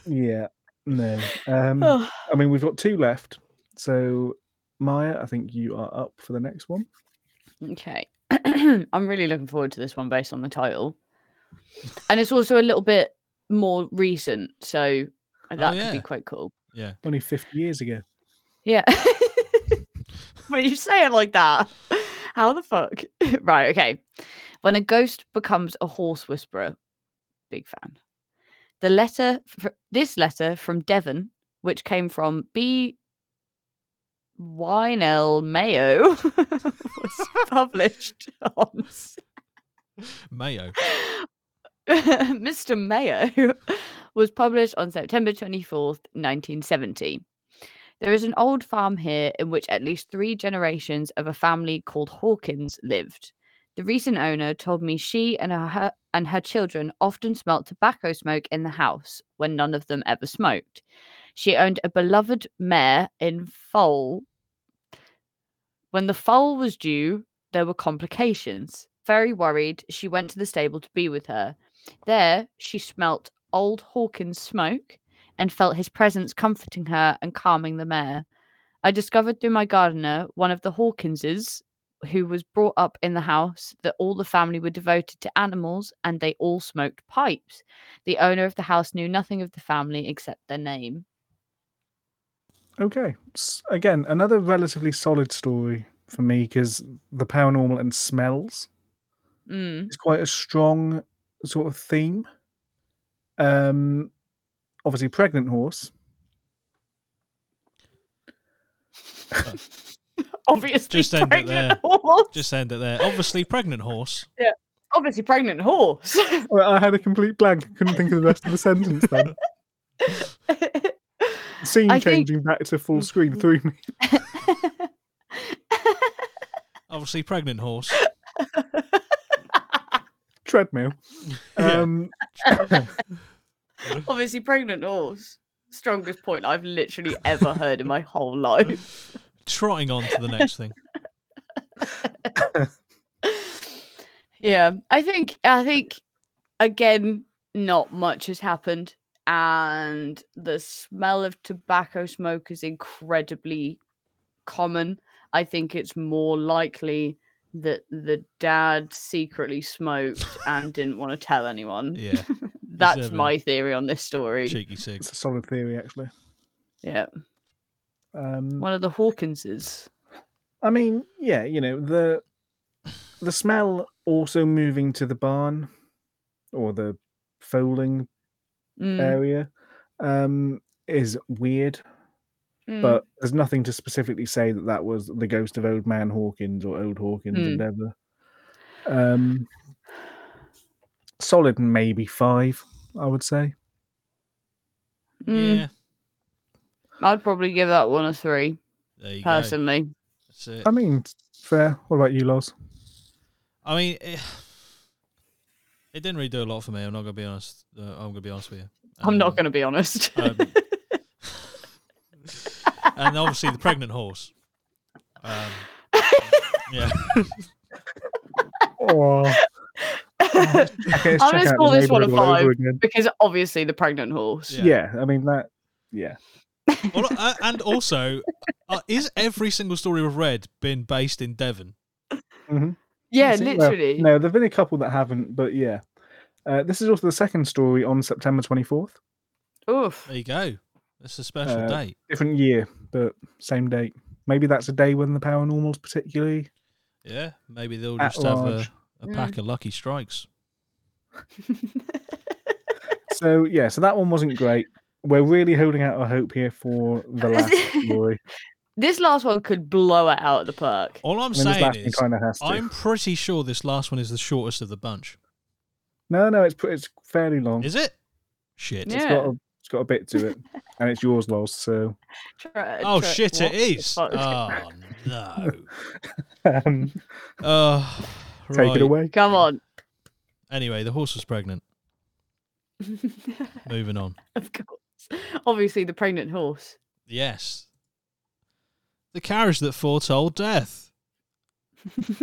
Yeah, no. Um,
Oh,
I mean, we've got two left. So Maya, I think you are up for the next one.
okay. I'm really looking forward to this one based on the title. And it's also a little bit more recent. So that could
yeah.
be quite cool.
yeah.
Only fifty years ago.
Yeah. when you say it like that, how the fuck? right, okay. When a ghost becomes a horse whisperer, big fan. The letter, fr- this letter from Devon, which came from B. Winell Mayo, was published on s-
Mayo.
Mr. Mayo was published on September 24th, 1970. There is an old farm here in which at least three generations of a family called Hawkins lived. The recent owner told me she and her and her children often smelt tobacco smoke in the house when none of them ever smoked. She owned a beloved mare in foal. When the foal was due, there were complications. Very worried, she went to the stable to be with her. There, she smelt old Hawkins' smoke and felt his presence comforting her and calming the mare. I discovered through my gardener, one of the Hawkinses, who was brought up in the house, that all the family were devoted to animals and they all smoked pipes. The owner of the house knew nothing of the family except their name.
Okay. S- Again, another relatively solid story for me because the paranormal and smells
Mm.
is quite a strong sort of theme. Um, obviously, pregnant horse.
Obviously,
Just end it
pregnant
there.
horse.
Just end it there. Obviously, pregnant horse.
Obviously, pregnant horse.
Well, I had a complete blank. I couldn't think of the rest of the sentence then. Scene
I think-
changing back to full screen threw me.
Obviously, pregnant horse.
Treadmill.
Yeah.
Um,
Obviously, pregnant horse. Strongest point I've literally ever heard in my whole life.
Trotting on to the next thing.
Yeah, I think I think again, not much has happened, and the smell of tobacco smoke is incredibly common. I think it's more likely that the dad secretly smoked and didn't want to tell anyone.
Yeah.
That's
deserving.
my theory on this story.
Cheeky six.
it's a solid theory, actually.
Yeah,
Mm.
Um,
one of the Hawkinses.
I mean, yeah, you know the the smell also moving to the barn or the foaling
Mm,
area um, is weird,
mm.
but there's nothing to specifically say that that was the ghost of Old Man Hawkins or Old Hawkins
Mm.
endeavor. Um, solid, maybe five, I would say.
Mm.
Yeah.
I'd probably give that one a three,
There you go.
personally.
That's it.
I mean, fair. What about you, Los?
I mean, it, it didn't really do a lot for me. I'm not gonna be honest. Uh, I'm gonna be honest with you.
I'm
Um,
not going to be honest.
um, and obviously the pregnant horse. Um, yeah,
Oh, okay, let's
I'll
check
just
out the
call this one a
neighbourhood all over
five.
again.
because obviously the pregnant horse.
Yeah.
yeah, I mean that. Yeah.
Well, uh, and also Uh, is every single story we've read been based in Devon?
Yeah,
Is it? Well,
literally.
no, there've been a couple that haven't, but yeah. Uh, this is also the second story on September 24th.
Oof.
There you go. It's a special
Uh,
date.
Different year, but same date. Maybe that's a day when the paranormal's particularly.
Yeah, maybe they'll
at
just have a,
large.
a pack of lucky strikes.
So yeah, so that one wasn't great. We're really holding out our hope here for the last story.
This last one could blow it out of the park.
All I'm
I mean, this
saying
last one
is,
kind of has to.
I'm pretty sure this last one is the shortest of the bunch.
No, no, it's pr- it's fairly long.
Is it? Shit.
Yeah.
It's got a, it's got a bit to it, and it's yours, Loz. So
Try-
Oh
try-
shit!
uh, what
It
the
is.
fuck?
Oh no.
um,
Uh,
take
right.
it away.
Come on.
Anyway, the horse was pregnant. Moving on.
of course. Obviously, the pregnant horse.
Yes. The carriage that foretold death.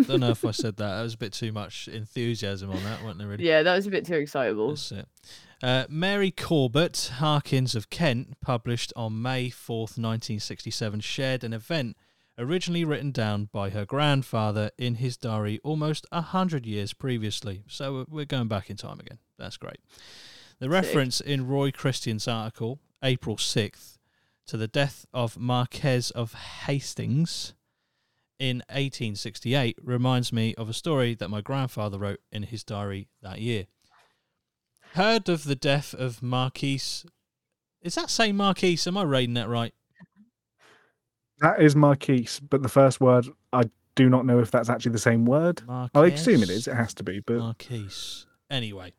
Don't know if I said that. That was a bit too much enthusiasm on that, wasn't there? Really?
Yeah, that was a bit too excitable.
That's it. Uh, Mary Corbett Harkins of Kent, published on May 4th, 1967, shared an event originally written down by her grandfather in his diary almost a 100 years previously. So uh, we're- we're going back in time again. That's great. The reference in Roy Christian's article, April 6th, to the death of Marquez of Hastings in 1868 reminds me of a story that my grandfather wrote in his diary that year. Heard of the death of Marquise. Is that saying Marquise? Am I reading that right?
That is Marquise, but the first word I do not know if that's actually the same word.
Marquise.
I assume it is. It has to be, but
Uh, Marquise. Anyway,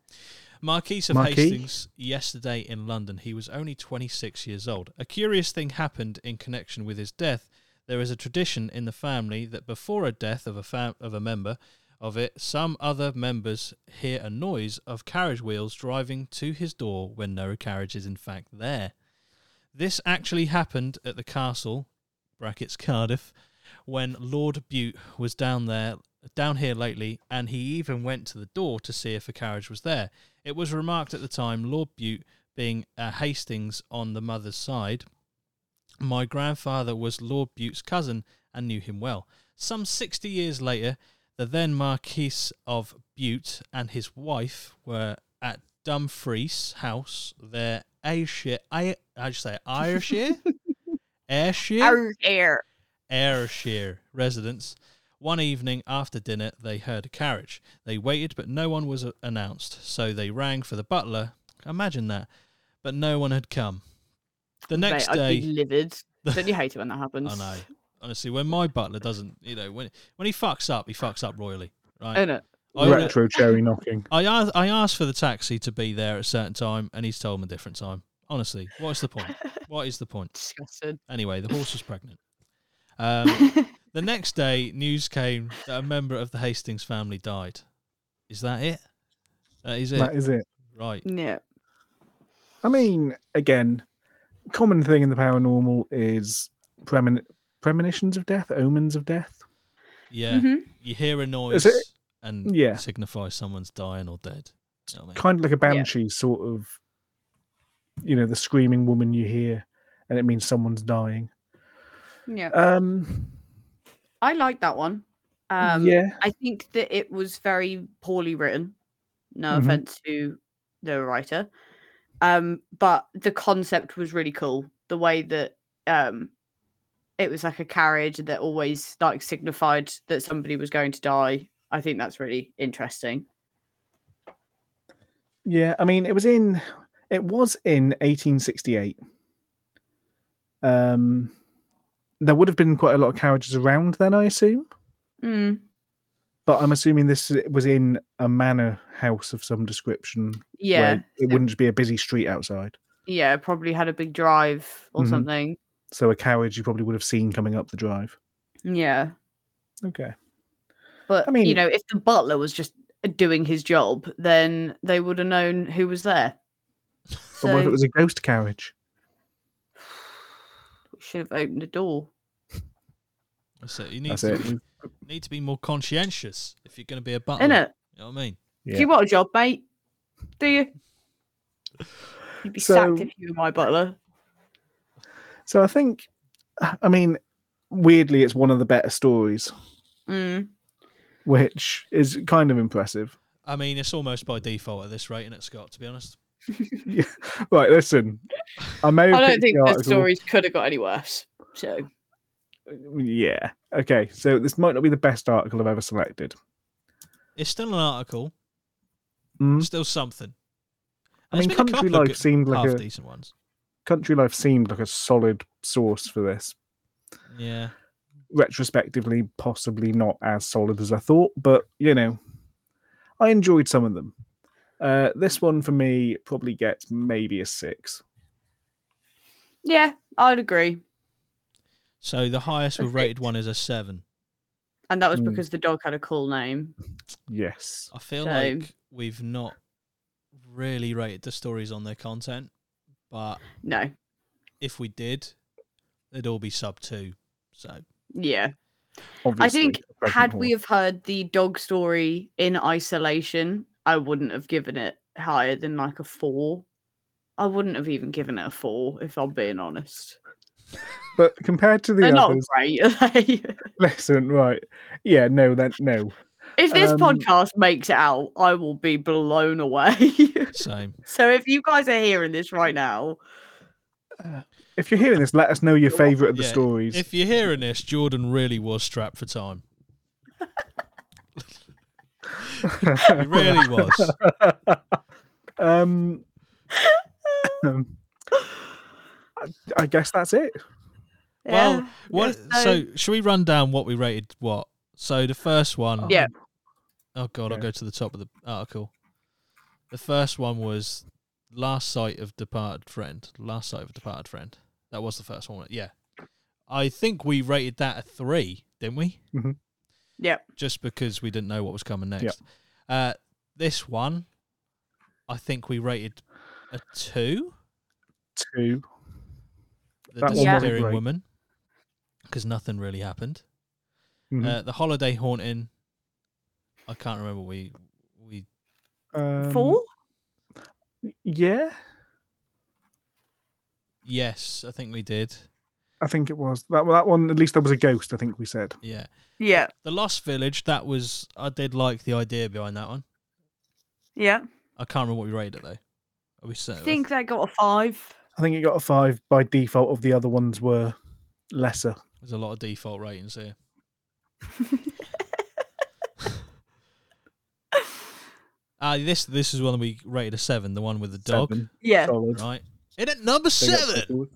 Marquise of
Marquis?
Hastings yesterday in London. He was only 26 years old. A curious thing happened in connection with his death. There is a tradition in the family that before a death of a fam- of a member of it, some other members hear a noise of carriage wheels driving to his door when no carriage is in fact there. This actually happened at the castle, brackets Cardiff, when Lord Bute was down there down here lately and he even went to the door to see if a carriage was there. It was remarked at the time Lord Bute being a Hastings on the mother's side. My grandfather was Lord Bute's cousin and knew him well. Some 60 years later, the then Marquis of Bute and his wife were at Dumfries House, their Ayrshire, I, how'd you say, it? Ayrshire? Ayrshire?
Our air.
Ayrshire residents. One evening after dinner, they heard a carriage. They waited, but no one was uh, announced, so they rang for the butler. Imagine that. But no one had come. The next
Mate, I'd
day.
be livid. Don't you hate it when that happens?
I know. Honestly, when my butler doesn't, you know, when when he fucks up, he fucks up royally, right?
Innit?
I, order-
retro cherry knocking.
I, asked, I asked for the taxi to be there at a certain time, and he's told me a different time. Honestly, what's the point? What is the point?
Disgusted.
Anyway, the horse was pregnant. Um, the next day, news came that a member of the Hastings family died. Is that it? That is it.
That is it.
right.
Yeah.
I mean, again, common thing in the paranormal is premon- premonitions of death, omens of death.
Yeah.
Mhm.
You hear a noise
it-
and
Yeah.
signifies someone's dying or dead. You know what I mean?
Kind of like a banshee, sort of. You know, the screaming woman you hear, and it means someone's dying.
Yeah.
Um,
I like that one. Um,
yeah,
I think that it was very poorly written. No
Mhm.
offense to the writer, um, but the concept was really cool. The way that um, it was like a carriage that always like signified that somebody was going to die. I think that's really interesting.
yeah. I mean, it was in, it was in 1868. Um, there would have been quite a lot of carriages around then, I assume.
Mm.
But I'm assuming this was in a manor house of some description where
Yeah,
it wouldn't just be a busy street outside.
yeah, probably had a big drive or
Mhm.
something.
So a carriage you probably would have seen coming up the drive.
Yeah,
Okay.
but
I mean-
you know, if the butler was just uh, doing his job, then they would have known who was there.
But what if
So-
it was a ghost carriage?
We should have opened the door.
That's it. You need
That's
to,
it.
be, need to be more conscientious if you're going to be a butler.
In it.
You know what I mean?
Yeah.
Do you want a job, mate? Do you? You'd be sacked
So-
if you were my butler.
So I think, I mean, weirdly, it's one of the better stories,
Mm.
which is kind of impressive.
I mean, it's almost by default at this rate, isn't it, Scott? To be honest,
Yeah. Right, listen. I may.
I
have
don't
picked
think
the
the
article-
stories could have got any worse. So
Yeah. Okay. So this might not be the best article I've ever selected.
it's still an article,
Mm.
still something.
I
There's
mean,
been a
Country
couple of
Life
good-
seemed like
half
a
decent ones.
Country Life seemed like a solid source for this.
Yeah,
Retrospectively, possibly not as solid as I thought, but you know, I enjoyed some of them. Uh, this one for me probably gets maybe a six.
yeah, I'd agree.
so the highest we've rated
Perfect.
one is a seven.
And that was
Mm.
because the dog had a cool name.
Yes.
I feel
So-
like we've not really rated the stories on their content, but
No.
if we did, they'd all be sub two. So
Yeah.
Obviously,
think
Pregnant
Had
Horse.
we have heard the dog story in isolation, I wouldn't have given it higher than like a four. I wouldn't have even given it a four, if I'm being honest.
but compared to the
They're not
others,
great, are they?
listen, right? Yeah, no, then no.
if this
Um,
podcast makes it out, I will be blown away.
same.
so if you guys are hearing this right now,
If you're hearing this, let us know your favourite of the
Yeah,
stories.
If you're hearing this, Jordan really was strapped for time. He really was.
um, um, I- I guess that's it.
Well,
yeah,
What?
yeah,
So, should we run down what we rated? What? So the first one.
Yeah.
Oh God, I'll
Yeah.
go to the top of the article. The first one was last sight of departed friend. Last sight of departed friend. That was the first one. wasn't it? Yeah. I think we rated that a three, didn't we?
Yep.
just because we didn't know what was coming next. Uh, this one, I think we rated a two.
Two.
The
one
That
wasn't
disappearing
great.
woman, because nothing really happened.
Mhm.
Uh, the holiday haunting, I can't remember. what We we
Um,
four?
Yeah,
yes, I think we did.
I think it was that. That one, at least, there was a ghost. I think we said.
Yeah,
Yeah.
the Lost Village. That was I did like the idea behind that one.
Yeah.
I can't remember what we rated it though. Are we
I
certain?
think that got a five.
I think it got a five by default. Of the other ones were lesser.
There's a lot of default ratings here. Uh, this this is one we rated a seven. The one with the dog,
Seven,
Yeah.
Solid.
right? It at number
Big up to
seven.
George.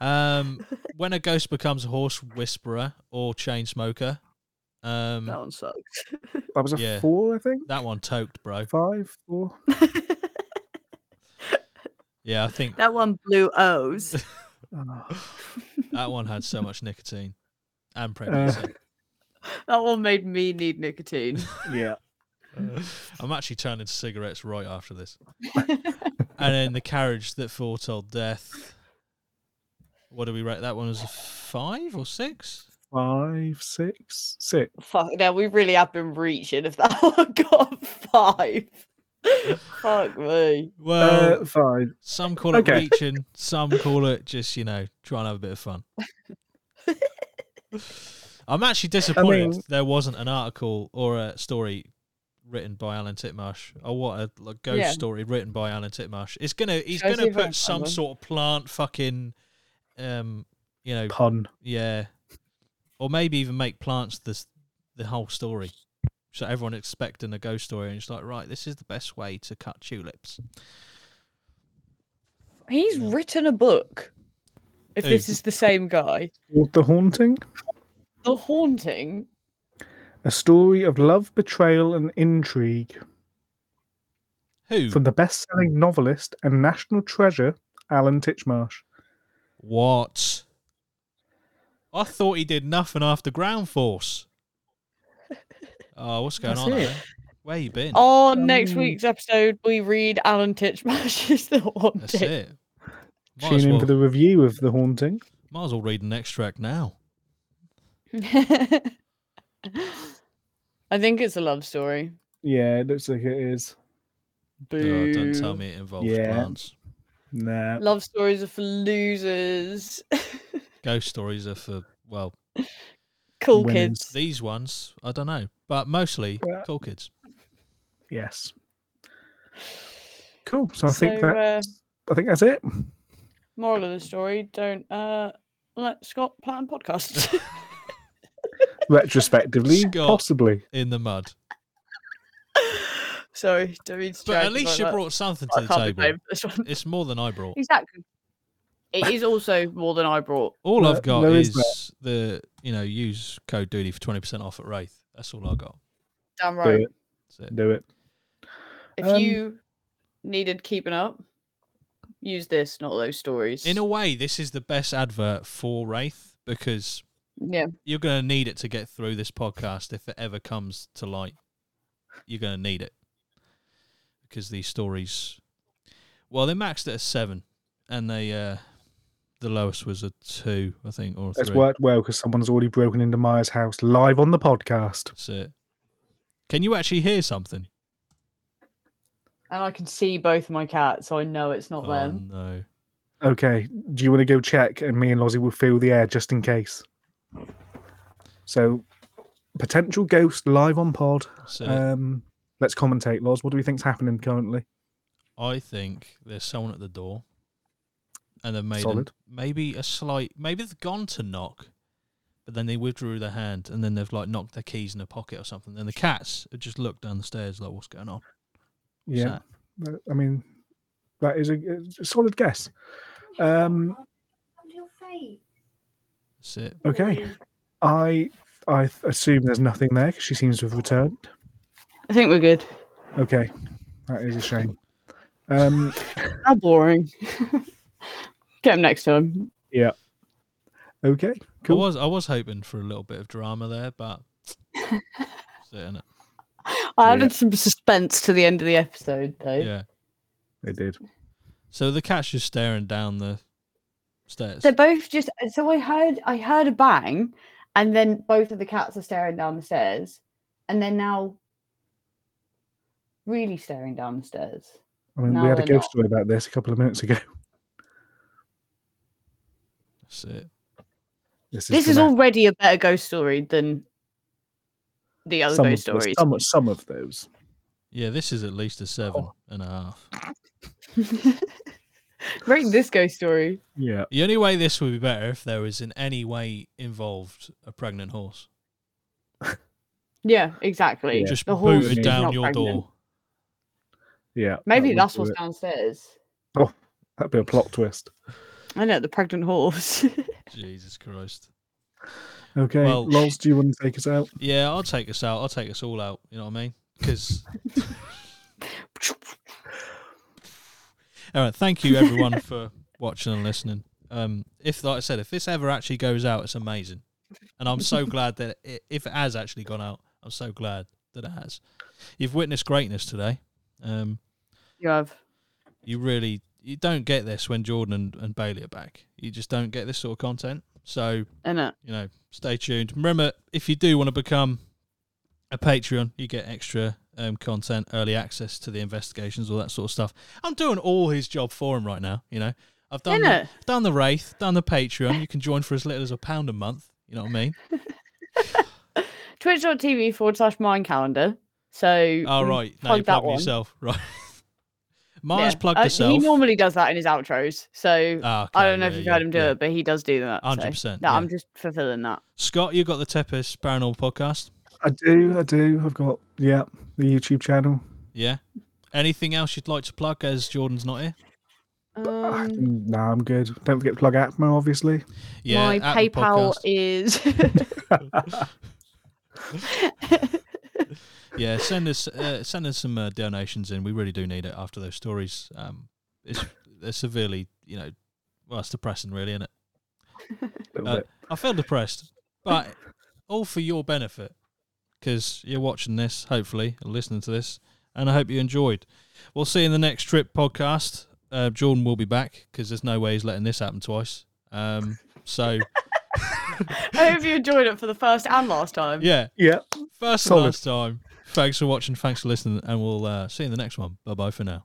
Um, when a ghost becomes a horse whisperer or chain smoker. Um,
That one sucks.
That was a
Yeah.
four, I think.
that one toked, bro.
Five, four.
Yeah, I think
That one blew O's.
Ah,
that one had so much nicotine and
Uh,
pregnancy.
That one made me need nicotine.
yeah.
Uh, I'm actually turning to cigarettes right after this. and then the carriage that foretold death. What do we rate that one? Was a five or six?
Five, six, six.
Fuck, now we really have been reaching if that one got a five. Fuck me.
Well,
Uh, five.
Some call it
Okay.
reaching, some call it just, you know, trying to have a bit of fun. I'm actually disappointed
mean-
there wasn't an article or a story written by Alan Titmarsh. Oh, what a like, ghost
Yeah.
story written by Alan Titmarsh. It's gonna he's
Shall I see
gonna
if I
put
can find
some
one?
sort of plant fucking um you know
Pun.
yeah. Or maybe even make plants this the whole story. So everyone expecting a ghost story and it's like, right, this is the best way to cut tulips.
He's
Yeah.
written a book. If
Who?
this is the same guy,
Called The Haunting.
The Haunting.
A story of love, betrayal, and intrigue
Who?
from the best-selling novelist and national treasure Alan Titchmarsh.
What? I thought he did nothing after ground force. Oh, what's going
That's
on?
it.
Alan? Where you been?
On Oh, next
Um,
week's episode, we read Alan Titchmarsh's The
That's
Haunting.
it. Might as,
Tune in
well,
for the review of The Haunting.
might as well read an extract now.
I think it's a love story.
Yeah, it looks like it is.
Oh,
Boo.
don't tell me it involves
Yeah.
plants.
Nah.
Love stories are for losers.
Ghost stories are for Well,
Cool
Women's.
kids.
these ones, I don't know, but mostly
Yeah.
cool kids.
Yes. Cool. So I think
So, uh,
that I think that's it.
Moral of the story: Don't uh, let Scott plan podcasts.
Retrospectively,
Scott.
possibly.
In the mud,
Sorry, don't mean to
but
drag
at
you
least
like
you
that.
brought something
I
to the
can't be
table.
blamed for this one.
It's more than I brought.
Exactly.
It is also more than I brought.
All
No-
I've got
no, is
is the you know use code duty for twenty percent off at Wraith. That's all I got.
Damn
Do
right.
it.
That's it.
Do it.
If
Um,
you needed keeping up, use this, not those stories.
In a way, this is the best advert for Wraith because
yeah,
you're going to need it to get through this podcast if it ever comes to light. You're going to need it because these stories, well, they maxed at a seven, and they uh, the lowest was a two, I think, or a
It's
three.
worked well because someone's already broken into Maya's house live on the podcast.
That's it. Can you actually hear something?
and I can see both of my cats, so I know it's not
Oh,
them.
no.
Okay. Do you want to go check? And me and Lozzie will fill the air just in case. So, potential ghost live on pod.
That's it.
Um, let's commentate, Loz. What do we think's happening currently?
I think there's someone at the door, and they've made
Solid.
An, maybe a slight, maybe they've gone to knock, but then they withdrew their hand, and then they've like knocked their keys in their pocket or something. Then the cats have just looked down the stairs like, "What's going on?" What's
Yeah.
that?
Uh, I mean, that is a, it's a solid guess. Um,
That's it.
okay. I I th- assume there's nothing there 'cause she seems to have returned.
I think we're good.
Okay. That is a shame. Um,
How boring. Get him next time.
okay. Cool.
I was I was hoping for a little bit of drama there, but that's it, innit?
I
Yeah.
added some suspense to the end of the episode, though.
yeah.
They did.
So the cat's just staring down the stairs.
They're both just so I heard I heard a bang and then both of the cats are staring down the stairs and they're now really staring down the stairs.
I mean,
No,
we had a
they're
ghost
not.
story about this a couple of minutes ago.
That's it.
This is
dramatic.
already a better ghost story than the other
some
ghost
of, the-
stories.
Some, some of those.
Yeah, this is at least a seven
Oh.
and a half.
Rate this ghost story.
Yeah.
The only way this would be better if there was in any way involved a pregnant horse.
Yeah, exactly.
Just
The horse
booted
is
down
not
your
pregnant.
door.
Yeah. that
Maybe
would
that's
do
what's
it.
downstairs.
That'd be a plot twist.
I know the pregnant horse.
Jesus Christ.
Okay.
Well-
Lols, do you want to take us out?
Yeah, I'll take us out. I'll take us all out. You know what I mean? Because. all right. Thank you, everyone, for watching and listening. Um, if, like I said, if this ever actually goes out, it's amazing. And I'm so glad that it, if it has actually gone out, I'm so glad that it has. You've witnessed greatness today. Um,
you have.
you really you don't get this when Jordan and, and Bailey are back. You just don't get this sort of content. So
And uh,
you know, stay tuned. Remember, if you do want to become a Patreon, you get extra um, content, early access to the investigations, all that sort of stuff. I'm doing all his job for him right now. You know, I've done the,
Innit?
done the wraith, done the Patreon. You can join for as little as a pound a month. You know what I mean?
twitch.tv forward slash mind calendar. So
All
mm,
Ah, Oh, right, now
plug
you
that
plugged
one.
yourself, right? Mars
yeah.
plugged
Uh,
herself.
He normally does that in his outros. So
Ah, okay,
I don't know if
yeah,
you've
yeah,
heard him do
yeah.
it, but he does do that. so
100%,
no,
yeah.
I'm just fulfilling that.
Scott, you got the Tepes Paranormal Podcast.
I do. I do. I've got, yeah, the YouTube channel.
Yeah. Anything else you'd like to plug as Jordan's not here?
Ah,
Um,
no, I'm good. Don't forget to plug Atmo, obviously.
Yeah.
my
at the
PayPal
podcast.
is
Yeah, send us uh, send us some uh, donations in. We really do need it after those stories. Um, it's they're severely, you know, well, it's depressing, really, isn't it?
A little
Uh,
bit.
I feel depressed, but all for your benefit because you're watching this, hopefully, and listening to this, and I hope you enjoyed. We'll see you in the next trip podcast. Uh, Jordan will be back because there's no way he's letting this happen twice. Um, so
I hope you enjoyed it for the first and last time.
yeah,
Yeah.
first and
Solid.
last time. Thanks for watching. Thanks for listening, and we'll uh, see you in the next one. Bye bye for now.